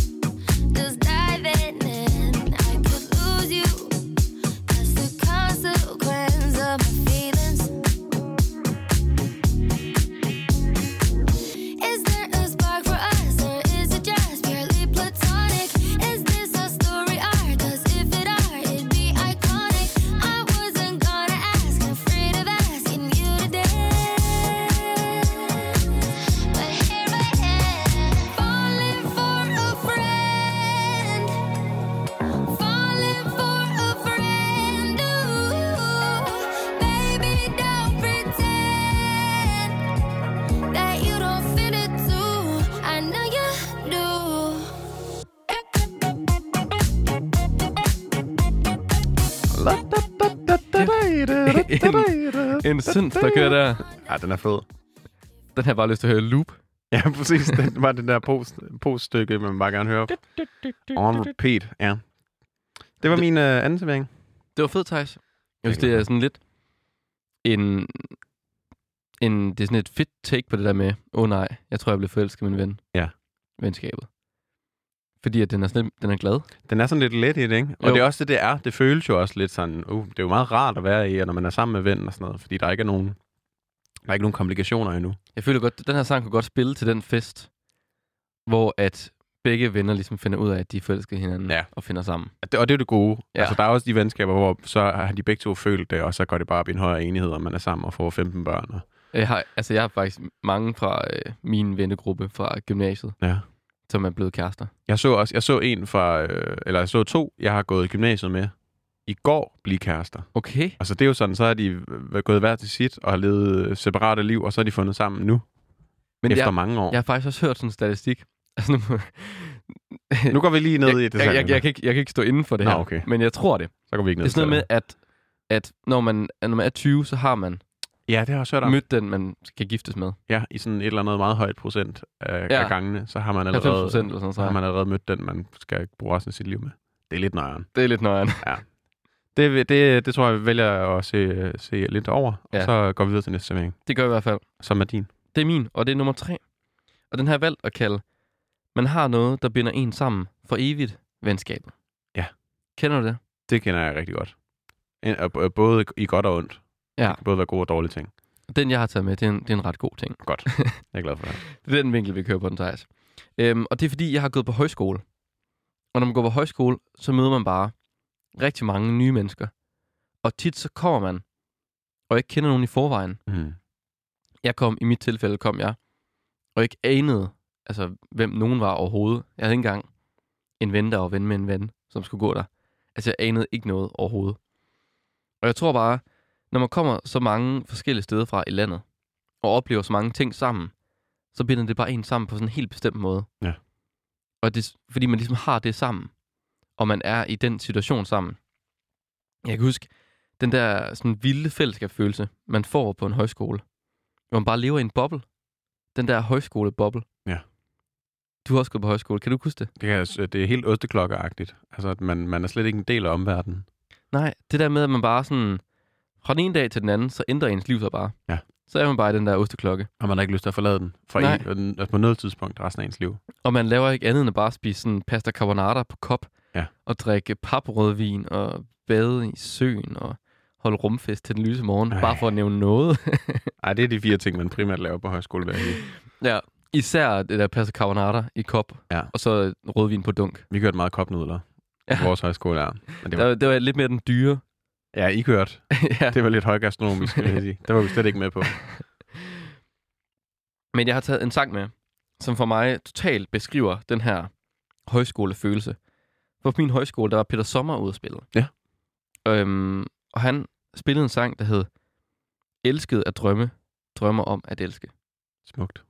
en synth, der kører der. Ja, den er fed. Den har jeg bare lyst til at høre i loop. Ja, præcis. Det var det der post, poststykke, man bare gerne hører. On repeat, ja. Det var min øh, anden servering. Det var fedt, Thijs. Jeg Jeg synes, det glæder er sådan lidt en, en... Det er sådan et fedt take på det der med, åh oh, nej, jeg tror, jeg blev forelsket i min ven. Ja. Venskabet. Fordi at den er, sådan, lidt- den er glad. Den er sådan lidt let i det, ikke? Og Jo. det er også det, det er. Det føles jo også lidt sådan, uh, det er jo meget rart at være i, og når man er sammen med vennen og sådan noget, fordi der ikke er nogen, der er ikke nogen komplikationer endnu. Jeg føler godt, den her sang kunne godt spille til den fest, hvor at begge venner ligesom finder ud af, at de er forelskede i hinanden Ja. og finder sammen. Og det, og det er det gode. Ja. Ja. Altså, der er også de venskaber, hvor så har de begge to følt det, og så går det bare op i en højere enighed, og man er sammen og får 15 børn. Og, Jeg har, altså, jeg har faktisk mange fra øh, min vennegruppe fra gymnasiet, ja. som er blevet kærester. Jeg så også, jeg så en fra, øh, eller jeg så to, jeg har gået i gymnasiet med, i går blive kærester. Okay. Altså, det er jo sådan, så er de øh, gået hver til sit, og har levet øh, separate liv, og så er de fundet sammen nu, Men efter jeg, mange år. jeg har faktisk også hørt sådan en statistik. Altså, nu, Nu går vi lige ned i jeg, det. jeg, jeg, jeg, kan ikke, jeg kan ikke stå inden for det Nå, her, okay. men jeg tror det. Så går vi ikke Det ned er sådan noget med, at, at når, man, når man er 20, så har man Ja, det har jeg også hørt om. mødt den, man skal giftes med. Ja, i sådan et eller andet meget højt procent af, Ja. ja. af gangene, så har man 90 allerede, procent eller sådan så har noget. man allerede mødt den, man skal bruge resten af sit liv med. Det er lidt nøjeren. Det er lidt nøjeren. Det, det, det tror jeg, vi vælger at se, se lidt over, ja. Ja. og så går vi videre til næste servering, Det gør jeg i hvert fald. som er din. Det er min, og det er nummer tre. Og den har jeg valgt at kalde, man har noget, der binder en sammen for evigt, venskabet. Ja. Kender du det? Det kender jeg rigtig godt. En- og b- Både i godt og ondt. Ja. Det kan både være gode og dårlige ting. Den, jeg har taget med, det er en, det er en ret god ting. Godt. Jeg er glad for det. Det er den vinkel, vi kører på den, Thijs. Øhm, og det er fordi, jeg har gået på højskole. Og når man går på højskole, så møder man bare rigtig mange nye mennesker. Og tit så kommer man, og ikke kender nogen i forvejen. Mm. Jeg kom, i mit tilfælde kom jeg, og ikke anede, altså hvem nogen var overhovedet. Jeg havde ikke engang en ven, der var ven med en ven, som skulle gå der. Altså jeg anede ikke noget overhovedet. Og jeg tror bare, når man kommer så mange forskellige steder fra i landet, og oplever så mange ting sammen, så binder det bare en sammen på sådan en helt bestemt måde. Ja. Og det, fordi man ligesom har det sammen, og man er i den situation sammen. Jeg kan huske den der sådan vilde fællesskabsfølelse, man får på en højskole, hvor man bare lever i en boble. Den der højskole-boble. Ja. Du har også gået på højskole, kan du ikke huske det? Det, kan, jeg s- det er helt osteklokke-agtigt. Altså, at man, man er slet ikke en del af omverdenen. Nej, det der med, at man bare sådan, fra den ene dag til den anden, så ændrer ens liv sig bare. Ja. Så er man bare i den der osteklokke. Og man har ikke lyst til at forlade den. For Nej. Nej. altså på noget tidspunkt resten af ens liv. Og man laver ikke andet end at bare spise sådan pasta carbonara på kop. Ja. Og drikke paprødvin og bade i søen og holde rumfest til den lyse morgen. Ej. Ej. Bare for at nævne noget. Ej, det er de fire ting, man primært laver på højskole hver uge. ja. Især det der pasta carbonara i kop. Ja. Og så rødvin på dunk. Vi kørte meget kopnudler ja. Ja. på vores højskole. Ja. Men det Det var, var, det var lidt mere den dyre. ja, I kørte. ja. Det var lidt højgastronomisk, vil jeg sige. Det var vi slet ikke med på. Men jeg har taget en sang med, som for mig totalt beskriver den her højskolefølelse. For på min højskole, der var Peter Sommer ude at spille. Ja. Øhm, og han spillede en sang, der hed Elsket at drømme, drømmer om at elske. Smukt.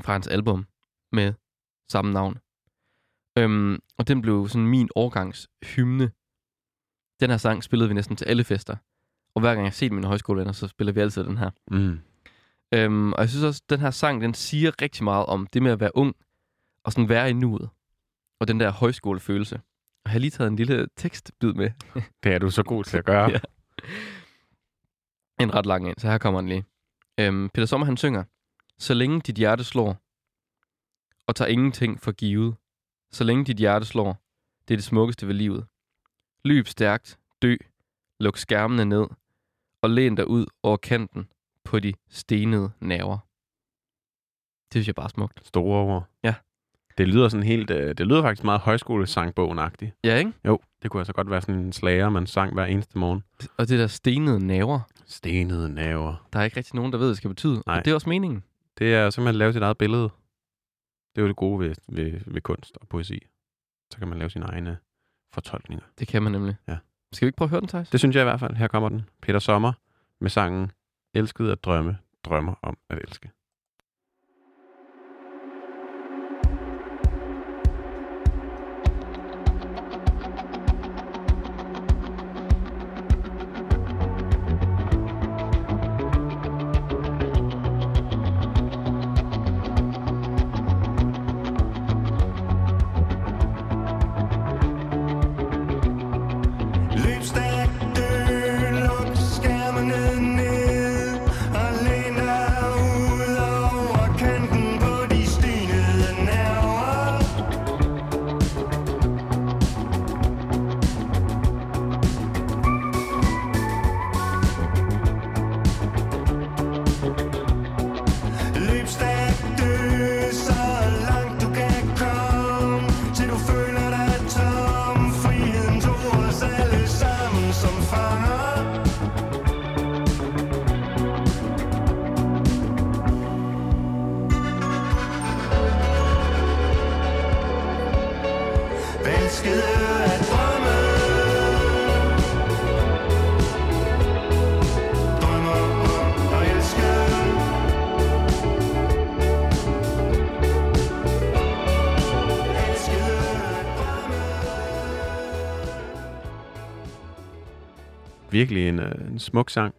fra hans album med samme navn. Øhm, og den blev sådan min årgangs hymne. Den her sang spillede vi næsten til alle fester. Og hver gang jeg har set mine højskolevenner, så spiller vi altid den her. Mm. Øhm, og jeg synes også, at den her sang, den siger rigtig meget om det med at være ung, og sådan være i nuet, og den der højskolefølelse. Og jeg har lige taget en lille tekstbid med, Det er du så god til at gøre. Ja. ja. en ret lang en, så her kommer den lige. Øhm, Peter Sommer, han synger, Så længe dit hjerte slår, og tager ingenting for givet, så længe dit hjerte slår, det er det smukkeste ved livet. Løb stærkt, dø, luk skærmene ned, og læn dig ud over kanten på de stenede nerver. Det synes jeg bare er smukt. Store ord. Ja. Det lyder sådan helt... Øh, det lyder faktisk meget højskolesangbogen-agtigt. Ja, ikke? Jo, det kunne altså godt være sådan en slager, man sang hver eneste morgen. Og det der stenede nerver, Stenede naver. der er ikke rigtig nogen, der ved, hvad det skal betyde. Nej. Og det er også meningen. Det er simpelthen at lave sit eget billede. Det er jo det gode ved, ved, ved kunst og poesi. Så kan man lave sine egne fortolkninger. Det kan man nemlig. Ja. Skal vi ikke prøve at høre den, Thijs? Det synes jeg i hvert fald. Her kommer den. Peter Sommer med sangen Elskede at drømme, drømmer om at elske. Løb stærkt, dø, luk skærmene ned og læn dig ud over kanten på de stenede nerver. Løb stærkt, dø, så langt du kan komme, til du føler dig tom. Friheden tog os alle sammen som fanger. Vanskede at drømme Drømmer om at elske Virkelig en, øh, en smuk sang.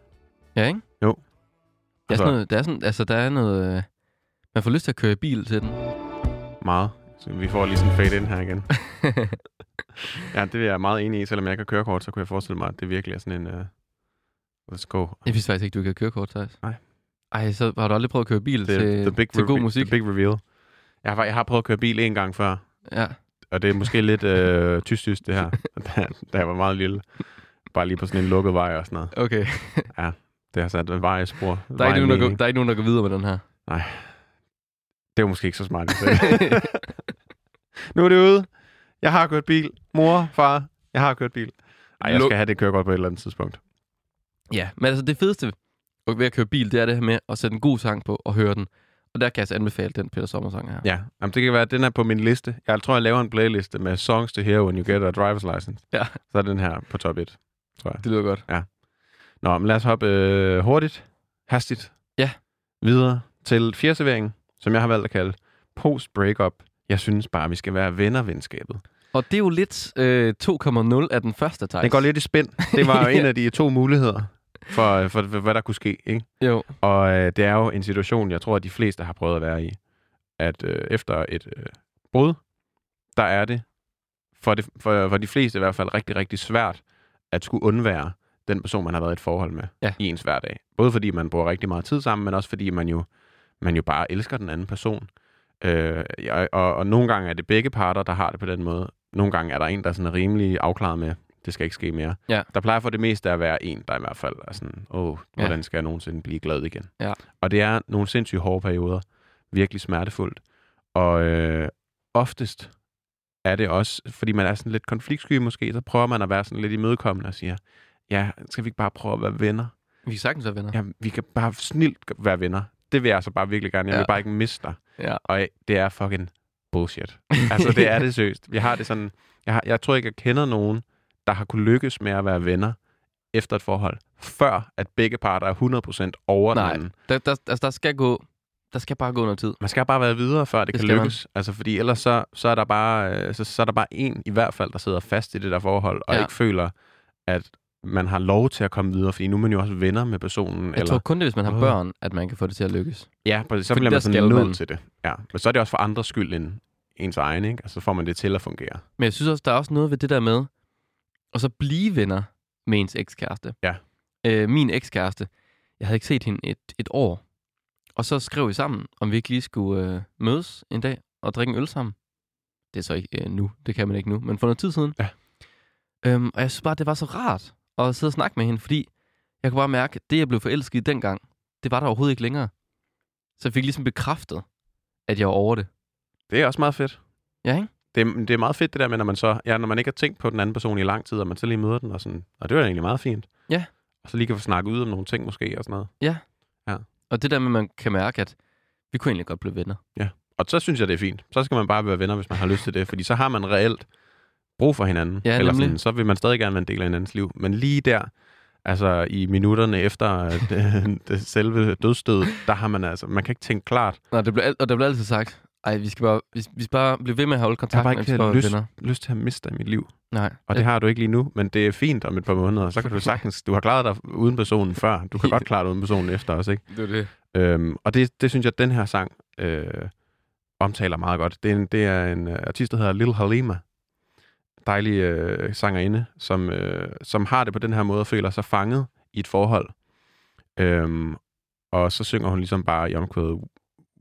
Ja, ikke? Jo. Der er, Altså- sådan noget, der er sådan, altså, der er noget... øh, Man får lyst til at køre i bil til den. Meget. Så vi får lige sådan en fade ind her igen. ja, det er jeg meget enig i. Selvom jeg ikke har kørekort, så kunne jeg forestille mig, at det virkelig er sådan en... Uh, let's go. Jeg vidste faktisk ikke, du ikke havde kørekort, Thijs. Nej. Ej, så har du aldrig prøvet at køre i bil The, til, the big til god reve- musik? The big reveal. Jeg har, jeg har prøvet at køre bil en gang før, Ja. og det er måske lidt øh, tyst det her, da, da jeg var meget lille. Bare lige på sådan en lukket vej og sådan noget. Okay. Det har sat veje spor. Der er, ikke nogen, der, går, der er ikke nogen, der går videre med den her. Det var måske ikke så smart. jeg sagde. nu er det ude. Jeg har kørt bil. Mor, far, jeg har kørt bil. Ej, jeg Luk- skal have det kørekort på et eller andet tidspunkt. Ja, men altså det fedeste ved at køre bil, det er det her med at sætte en god sang på og høre den. Og der kan jeg altså anbefale den Peter Sommer-sang her. Ja, Jamen, det kan være, at den er på min liste. Jeg tror, jeg laver en playliste med songs to hear when you get a driver's license. Ja. Så er den her på top 1. Det lyder godt. Nå, men lad os hoppe øh, hurtigt, hastigt, Ja. videre til fjerde servering, som jeg har valgt at kalde post-breakup. Jeg synes bare, vi skal være venner venskabet. Og det er jo lidt øh, 2,0 af den første, Thijs. Den går lidt i spænd. Det var jo Ja. en af de to muligheder for, for, for hvad der kunne ske. Ikke? Jo. Og øh, det er jo en situation, jeg tror, at de fleste har prøvet at være i. At øh, efter et øh, brud, der er det for, det for, for de fleste i hvert fald rigtig, rigtig svært at skulle undvære den person, man har været i et forhold med Ja. i ens hverdag. Både fordi man bruger rigtig meget tid sammen, men også fordi man jo, man jo bare elsker den anden person. Øh, jeg- og, og nogle gange er det begge parter, der har det på den måde. Nogle gange er der en, der sådan er rimelig afklaret med, det skal ikke ske mere. Ja. Der plejer for det meste at være en, der i hvert fald er sådan, åh, Ja. hvordan skal jeg nogensinde blive glad igen? Ja. Og det er nogle sindssygt hårde perioder. Virkelig smertefuldt. Og øh, oftest er det også, fordi man er sådan lidt konfliktsky måske, så prøver man at være sådan lidt imødekommende og siger, ja, skal vi ikke bare prøve at være venner? Vi kan sagtens være venner. Ja, vi kan bare snilt være venner. Det vil jeg altså bare virkelig gerne. Jeg vil Ja. bare ikke miste dig. Ja. Og øh, det er fucking bullshit. Altså, det er det seriøst. Jeg har det sådan... Jeg, har, jeg tror ikke, jeg kender nogen, der har kunne lykkes med at være venner efter et forhold, før at begge parter er 100% over den Nej. anden. Der, der, altså, der skal gå... Der skal bare gå noget tid. Man skal bare være videre, før det, Det det kan skal man. lykkes. Altså, fordi ellers så, så, er der bare, øh, så, så er der bare en i hvert fald, der sidder fast i det der forhold, og Ja. ja. ikke føler, at man har lov til at komme videre, fordi nu er man jo også venner med personen. Jeg eller... tror kun det, er, hvis man har Åh. børn, at man kan få det til at lykkes. Ja, præcis. Så Fordi bliver der man sådan skal nødt man. til det. Ja. Men så er det også for andres skyld end ens egen, ikke? Altså, så får man det til at fungere. Men jeg synes også, der er også noget ved det der med, og så blive venner med ens ekskæreste. Ja. Øh, min ekskæreste, jeg havde ikke set hende et, et år. Og så skrev vi sammen, om vi ikke lige skulle øh, mødes en dag og drikke en øl sammen. Det er så ikke øh, nu, det kan man ikke nu, men for noget tid siden. Ja. Øhm, og jeg synes bare, det var så rart at sidde og snakke med hende, fordi jeg kunne bare mærke, at det, jeg blev forelsket i dengang, det var der overhovedet ikke længere. Så jeg fik ligesom bekræftet, at jeg var over det. Det er også meget fedt. Ja, ikke? Det, er- det er meget fedt det der med, når man så, ja, når man ikke har tænkt på den anden person i lang tid, og man så lige møder den, og sådan, og det var da egentlig meget fint. Ja. Og så lige kan få snakket ud om nogle ting måske, og sådan noget. Og det der med, at man kan mærke, at vi kunne egentlig godt blive venner. Og så synes jeg, det er fint. Så skal man bare være venner, hvis man har lyst til det, fordi så har man reelt brug for hinanden. Ja, Eller nemlig. sådan, så vil man stadig gerne være en del af hinandens liv. Men lige der, altså i minutterne efter øh, det, det selve dødsstød, der har man altså, man kan ikke tænke klart, Nej, det blev, al- og der blev altid sagt, ej, vi skal bare, vi, vi skal bare blive ved med at holde jeg har kontakt bare men ikke vi skal bare være lyst, venner. lyst til at miste dig i mit liv. Nej. Og det har du ikke lige nu, men det er fint om et par måneder. Så kan du sagtens... Du har klaret dig uden personen før. Du kan godt klare dig uden personen efter også, ikke? det er det. Øhm, og det, det synes jeg, at den her sang øh, omtaler meget godt. Det er en, det er en øh, artist, der hedder Lil Halima. dejlige øh, sangerinde, som, øh, som har det på den her måde og føler sig fanget i et forhold. Øhm, og så synger hun ligesom bare i omkvædet,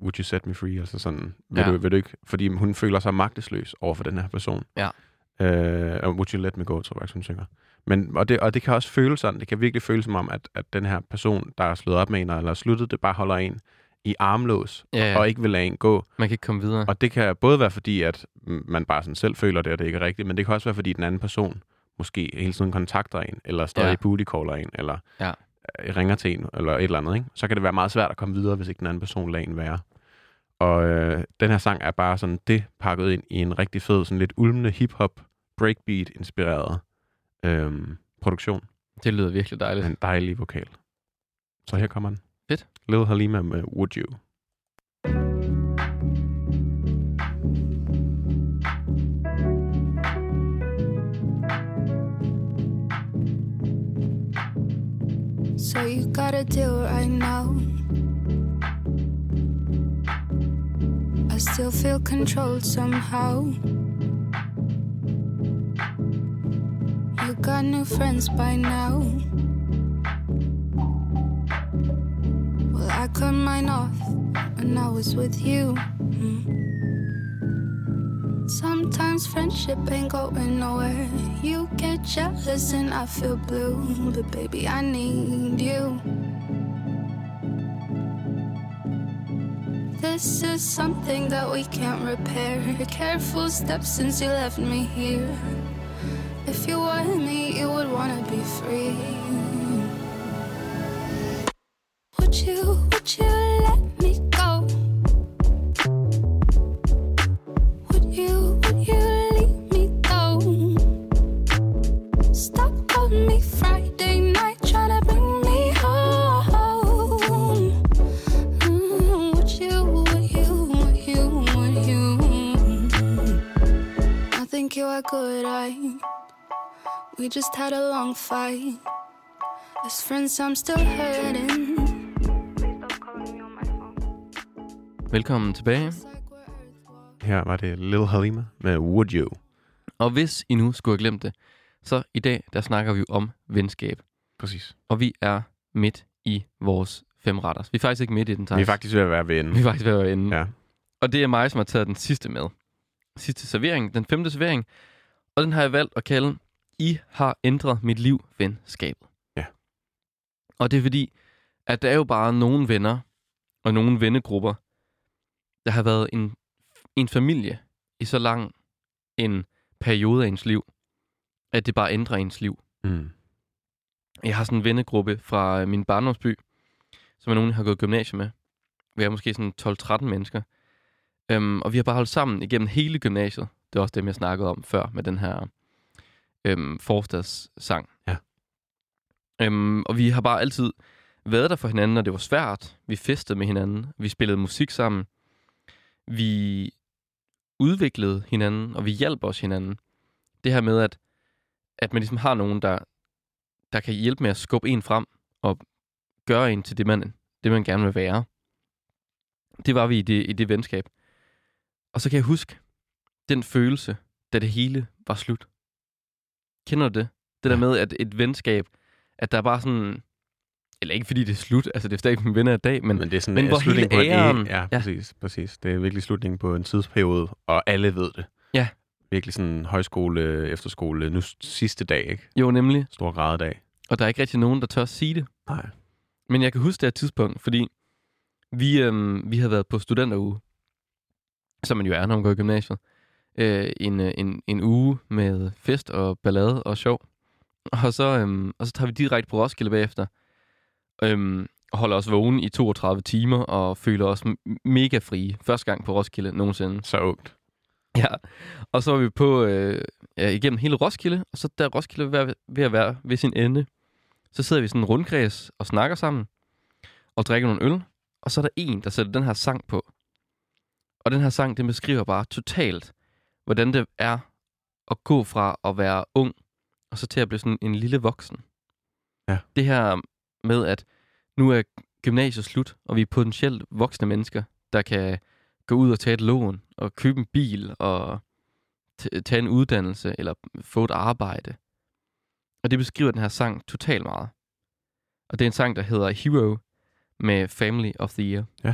Would you set me free? Altså sådan, vil, Ja. ja. du, vil du ikke? Fordi hun føler sig magtesløs over for den her person. Ja. Øh, og would you let me go, tror jeg, faktisk, hun synger. Men, og, det, og det kan også føles sådan, det kan virkelig føles som om, at, at den her person, der er slået op med en, eller har sluttet, det bare holder en i armlås, Ja, ja. og ikke vil lade en gå. Man kan ikke komme videre. Og det kan både være fordi, at mm, man bare sådan selv føler det, og det ikke er rigtigt, men det kan også være fordi, den anden person måske hele tiden kontakter en, eller stadig Ja. ja. bootycaller en, eller Ja. øh, ringer til en, eller et eller andet. Ikke? Så kan det være meget svært at komme videre, hvis ikke den anden person lader en være. Og øh, den her sang er bare sådan det pakket ind i en rigtig fed, sådan lidt ulmende hip-hop, breakbeat-inspireret øhm, produktion. Det lyder virkelig dejligt. Med en dejlig vokal. Så her kommer den. Fedt. Lil Halima med Would You. So you gotta deal right now. I still feel controlled somehow. You got new friends by now. Well, I cut mine off when I was with you. Mm. Sometimes friendship ain't going nowhere. You get jealous and I feel blue. But baby, I need you. This is something that we can't repair. Careful steps since you left me here. If you wanted me, you would wanna be free. Would you, would you let me go? Would you, would you leave me go? Stop calling me Friday night, tryna bring me home. Mm, would you, would you, would you, would you? I think you are good, I. We just had a long fight. As friends, I'm still hurting. Velkommen tilbage. It's like we're earthwalkers. Her var det Lil Halima med Would You. Og hvis I nu skulle have glemt det, så i dag, der snakker vi jo om venskab. Præcis. Og vi er midt i vores femretters. Vi er faktisk ikke midt i den, Thijs. Vi er faktisk ved at være ved enden. Vi er faktisk ved at være inde. Ja. Og det er mig, som har taget den sidste med. Sidste servering, den femte servering. Og den har jeg valgt at kalde, I har ændret mit liv, venskabet. Ja. Og det er fordi, at der er jo bare nogle venner og nogle vennegrupper, der har været en, en familie i så lang en periode af ens liv, at det bare ændrer ens liv. Mm. Jeg har sådan en vennegruppe fra øh, min barndomsby, som jeg nogen har gået i gymnasiet med. Vi er måske sådan 12-13 mennesker. Øhm, og vi har bare holdt sammen igennem hele gymnasiet. Det er også dem, jeg snakkede om før med den her øhm, forstadssang. Ja. Øhm, og vi har bare altid været der for hinanden, når det var svært. Vi festede med hinanden. Vi spillede musik sammen. Vi udviklede hinanden, og vi hjalp os hinanden. Det her med, at, at man ligesom har nogen, der, der kan hjælpe med at skubbe en frem og gøre en til det, man, det, man gerne vil være. Det var vi i det, i det venskab. Og så kan jeg huske den følelse, da det hele var slut. Kender du det? Det der Ja. med, at et venskab, at der er bare sådan... Eller ikke fordi det er slut, altså det er stadig min venner i dag, men, Men det er sådan men en hvor slutning hele på en æren- æ- Ja, ja. præcis, præcis. Det er virkelig slutningen på en tidsperiode, og alle ved det. Ja. Virkelig sådan højskole, efterskole, nu s- sidste dag, ikke? jo nemlig, Stor gradedag. Og der er ikke rigtig nogen, der tør at sige det. Nej. Men jeg kan huske det her tidspunkt, fordi vi, øhm, vi havde været på studenteruge, som man jo er, når man går i gymnasiet. Øh, en, øh, en, en uge med fest og ballade og sjov. Og så, øhm, og så tager vi direkte på Roskilde bagefter. Øhm, og holder os vågen i 32 timer og føler os m- mega frie. Første gang på Roskilde nogensinde. Så ungt. Ja, og så var vi på øh, ja, igennem hele Roskilde, og så da Roskilde var ved- ved at være ved sin ende, så sidder vi i sådan en rundkreds og snakker sammen, og drikker nogle øl, og så er der en, der sætter den her sang på. Og den her sang, den beskriver bare totalt, hvordan det er at gå fra at være ung, og så til at blive sådan en lille voksen. Ja. Det her med, at nu er gymnasiet slut, og vi er potentielt voksne mennesker, der kan gå ud og tage et lån og købe en bil og t- tage en uddannelse eller få et arbejde. Og det beskriver den her sang totalt meget. Og det er en sang, der hedder Hero med Family of the Year. Ja.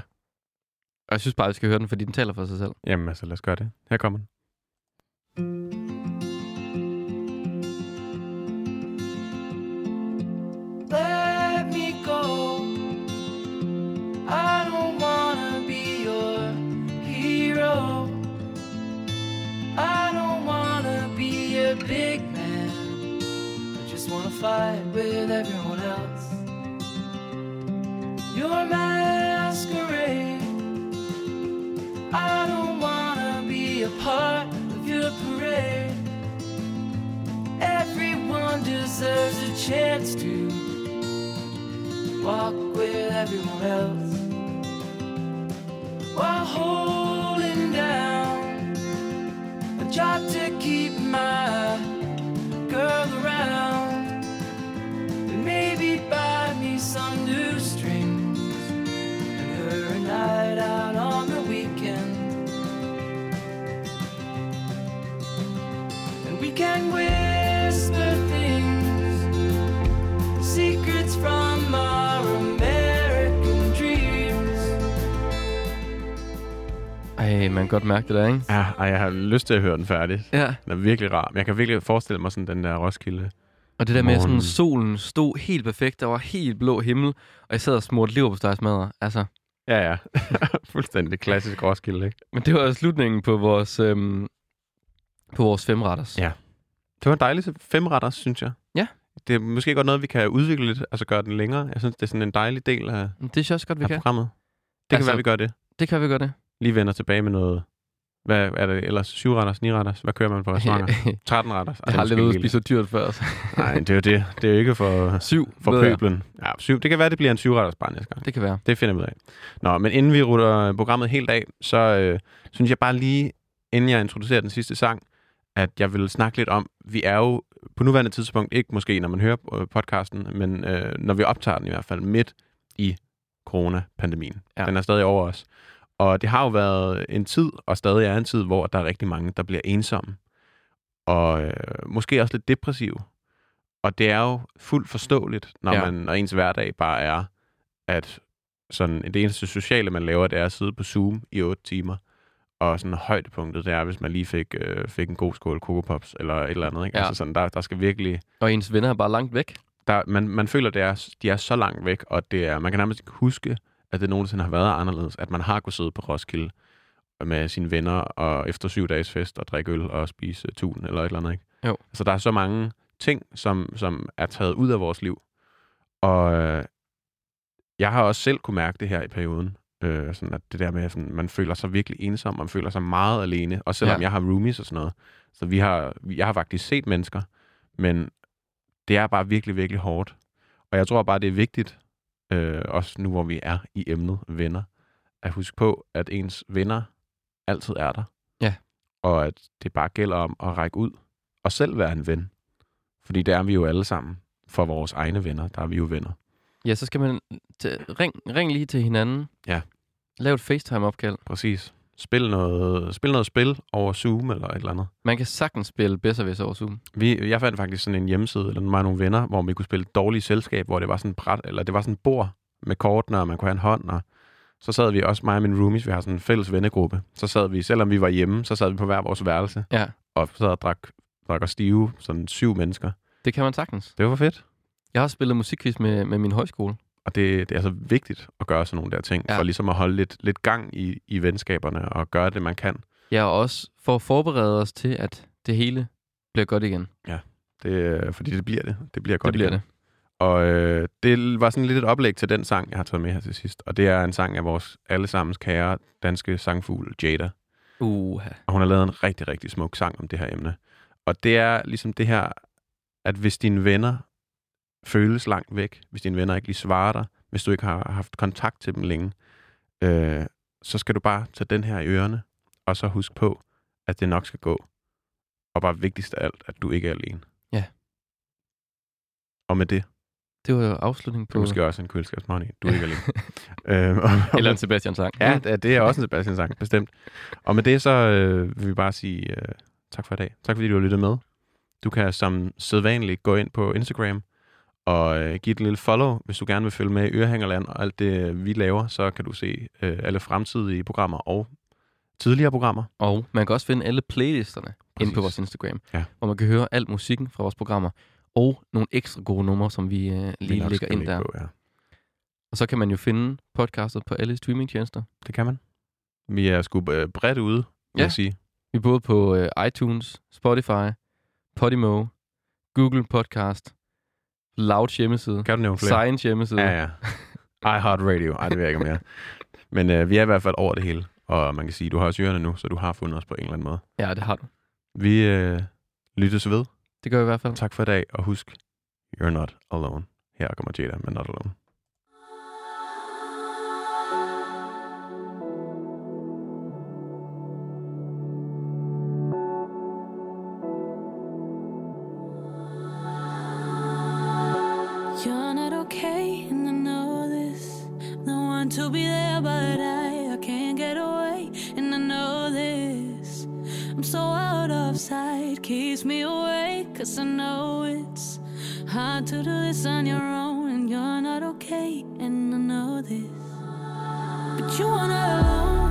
Og jeg synes bare, vi skal høre den, fordi den taler for sig selv. Jamen altså, lad os gøre det. Her kommer den. Let me go. I don't wanna be your hero. I don't wanna be a big man. I just wanna fight with everyone else. Your masquerade. I don't wanna be a part of your parade. Everyone deserves a chance to walk with everyone else while holding down a job to keep my girl around and maybe buy me some new strings and her a night out on the weekend and we can whisper things secrets from our American dreams. Ej, man kan godt mærke det der, ikke? Ja, ej, jeg har lyst til at høre den færdig. Ja. Den er virkelig rar. Men jeg kan virkelig forestille mig sådan den der Roskilde. Og det der med, sådan, Morgen. solen stod helt perfekt, der var helt blå himmel, og jeg sad og smurte liv på Altså, Ja, ja. Fuldstændig klassisk Roskilde, ikke? men det var slutningen på vores, øhm, på vores femretters. Ja. Det var en dejlig femretter, synes jeg. Ja. Det er måske godt noget, vi kan udvikle lidt, altså gøre den længere. Jeg synes, det er sådan en dejlig del af, Men Det synes jeg også godt, vi af kan. programmet. Det altså, kan Altså- være, vi gør det. Det kan vi godt, det. Lige vender tilbage med noget... Hvad er det ellers? Syvretters, niretters? Hvad kører man på restauranter? jeg 13 retters? har aldrig været ude at spise så dyrt før. Altså. Nej, det er jo det. Det er jo ikke for, Syv, for ved jeg. pøblen. Ja, syv. Det kan være, det bliver en syvretters bare næste gang. Det kan være. Det finder vi ud af. Nå, men inden vi rutter programmet helt af, så øh, synes jeg bare lige, inden jeg introducerer den sidste sang, at jeg vil snakke lidt om, vi er jo på nuværende tidspunkt, ikke måske når man hører øh, podcasten, men øh, når vi optager den i hvert fald, midt i coronapandemien. Ja. Ja. Den er stadig over os. Og det har jo været en tid, og stadig er en tid, hvor der er rigtig mange, der bliver ensomme. Og øh, måske også lidt depressive. Og det er jo fuldt forståeligt, når, Ja. ja. man, når ens hverdag bare er, at sådan, det eneste sociale, man laver, det er at sidde på Zoom i 8 timer. Og sådan højdepunktet, det er, hvis man lige fik, øh, fik en god skål Coco Pops eller et eller andet. Ikke? Ja. Ja. Altså sådan, der, der skal virkelig... Og ens venner er bare langt væk. Der, man, man føler, det er, de er så langt væk, og det er, man kan nærmest ikke huske, at det nogensinde har været anderledes, at man har kunnet sidde på Roskilde med sine venner og efter syv dages fest og drikke øl og spise øh, tun eller et eller andet. Ikke? Jo. Så der er så mange ting, som, som er taget ud af vores liv. Og øh, jeg har også selv kunne mærke det her i perioden. Øh, sådan at det der med, at sådan, man føler sig virkelig ensom, man føler sig meget alene, også selvom Ja. ja. jeg har roomies og sådan noget. Så vi har, jeg har faktisk set mennesker, men det er bare virkelig, virkelig hårdt. Og jeg tror bare, det er vigtigt, øh, også nu hvor vi er i emnet venner, at huske på, at ens venner altid er der. Ja. Og at det bare gælder om at række ud og selv være en ven. Fordi det er vi jo alle sammen. For vores egne venner, der er vi jo venner. Ja, så skal man t- ring, ring lige til hinanden. Ja. Lav et FaceTime-opkald. Præcis. Spil noget, spil noget spil over Zoom eller et eller andet. Man kan sagtens spille Besservis over Zoom. Vi, jeg fandt faktisk sådan en hjemmeside, eller mig og nogle venner, hvor vi kunne spille dårlige selskab, hvor det var sådan et bræt, eller det var sådan et bord med kortene, og man kunne have en hånd, og så sad vi også, mig og mine roomies, vi har sådan en fælles vennegruppe, så sad vi, selvom vi var hjemme, så sad vi på hver vores værelse, Ja. og sad og drak, drak og stive, sådan syv mennesker. Det kan man sagtens. Det var fedt. Jeg har spillet musikquiz med, med min højskole. Og det, det er altså vigtigt at gøre sådan nogle der ting, Ja. ja. for ligesom at holde lidt, lidt gang i, i venskaberne, og gøre det, man kan. Ja, og også for at forberede os til, at det hele bliver godt igen. Det, øh, fordi det bliver det. Det bliver det godt bliver igen. det. Og øh, det var sådan lidt et oplæg til den sang, jeg har taget med her til sidst. Og det er en sang af vores allesammens kære danske sangfugl, Jada. Uha. Og hun har lavet en rigtig, rigtig smuk sang om det her emne. Og det er ligesom det her, at hvis dine venner føles langt væk, hvis dine venner ikke lige svarer dig, hvis du ikke har haft kontakt til dem længe, øh, så skal du bare tage den her i ørerne, og så huske på, at det nok skal gå. Og bare vigtigst af alt, at du ikke er alene. Ja. Og med det, Det var jo afslutningen det er på... måske også en køleskabsmoney. Du er ikke alene. Øhm, og- Mm. Eller en Sebastian-sang. Mm. Ja, det er- det er også en Sebastian-sang, bestemt. Og med det så øh, vil vi bare sige øh, Tak for i dag. Tak fordi du har lyttet med. Du kan som sædvanligt gå ind på Instagram og øh, give et lille follow, hvis du gerne vil følge med i Ørehængerland og alt det, øh, vi laver. Så kan du se øh, alle fremtidige programmer og tidligere programmer. Og man kan også finde alle playlisterne inde på Præcis. vores Instagram, Ja. hvor man kan høre al musikken fra vores programmer og nogle ekstra gode numre, som vi vi øh, lige nok lægger skal ind lægge der. På, ja. Og så kan man jo finde podcastet på alle streamingtjenester. Det kan man. Vi er sgu øh, bredt ude, vil Ja. ja. jeg sige. Vi er både på øh, iTunes, Spotify, Podimo, Google Podcast, Louds hjemmeside, Kan du nævne flere? Science hjemmeside. Ja, ja. iHeart Radio. Ej, det ved jeg ikke mere. Men øh, vi er i hvert fald over det hele. Og man kan sige, du har også ørerne nu, så du har fundet os på en eller anden måde. ja, det har du. Vi øh, lyttes ved. Det gør jeg i hvert fald. Tak for i dag, og husk, you're not alone. Her kommer Jada, men not alone. You're not okay, and I know this. No one to be there, but I, I can't get away, and I know this. I'm so out of sight, keeps me awake, cause I know it's hard to do this on your own, and you're not okay, and I know this. But you are not alone. Mm, Oh, Oh, Oh, Oh, Oh, Oh, Oh,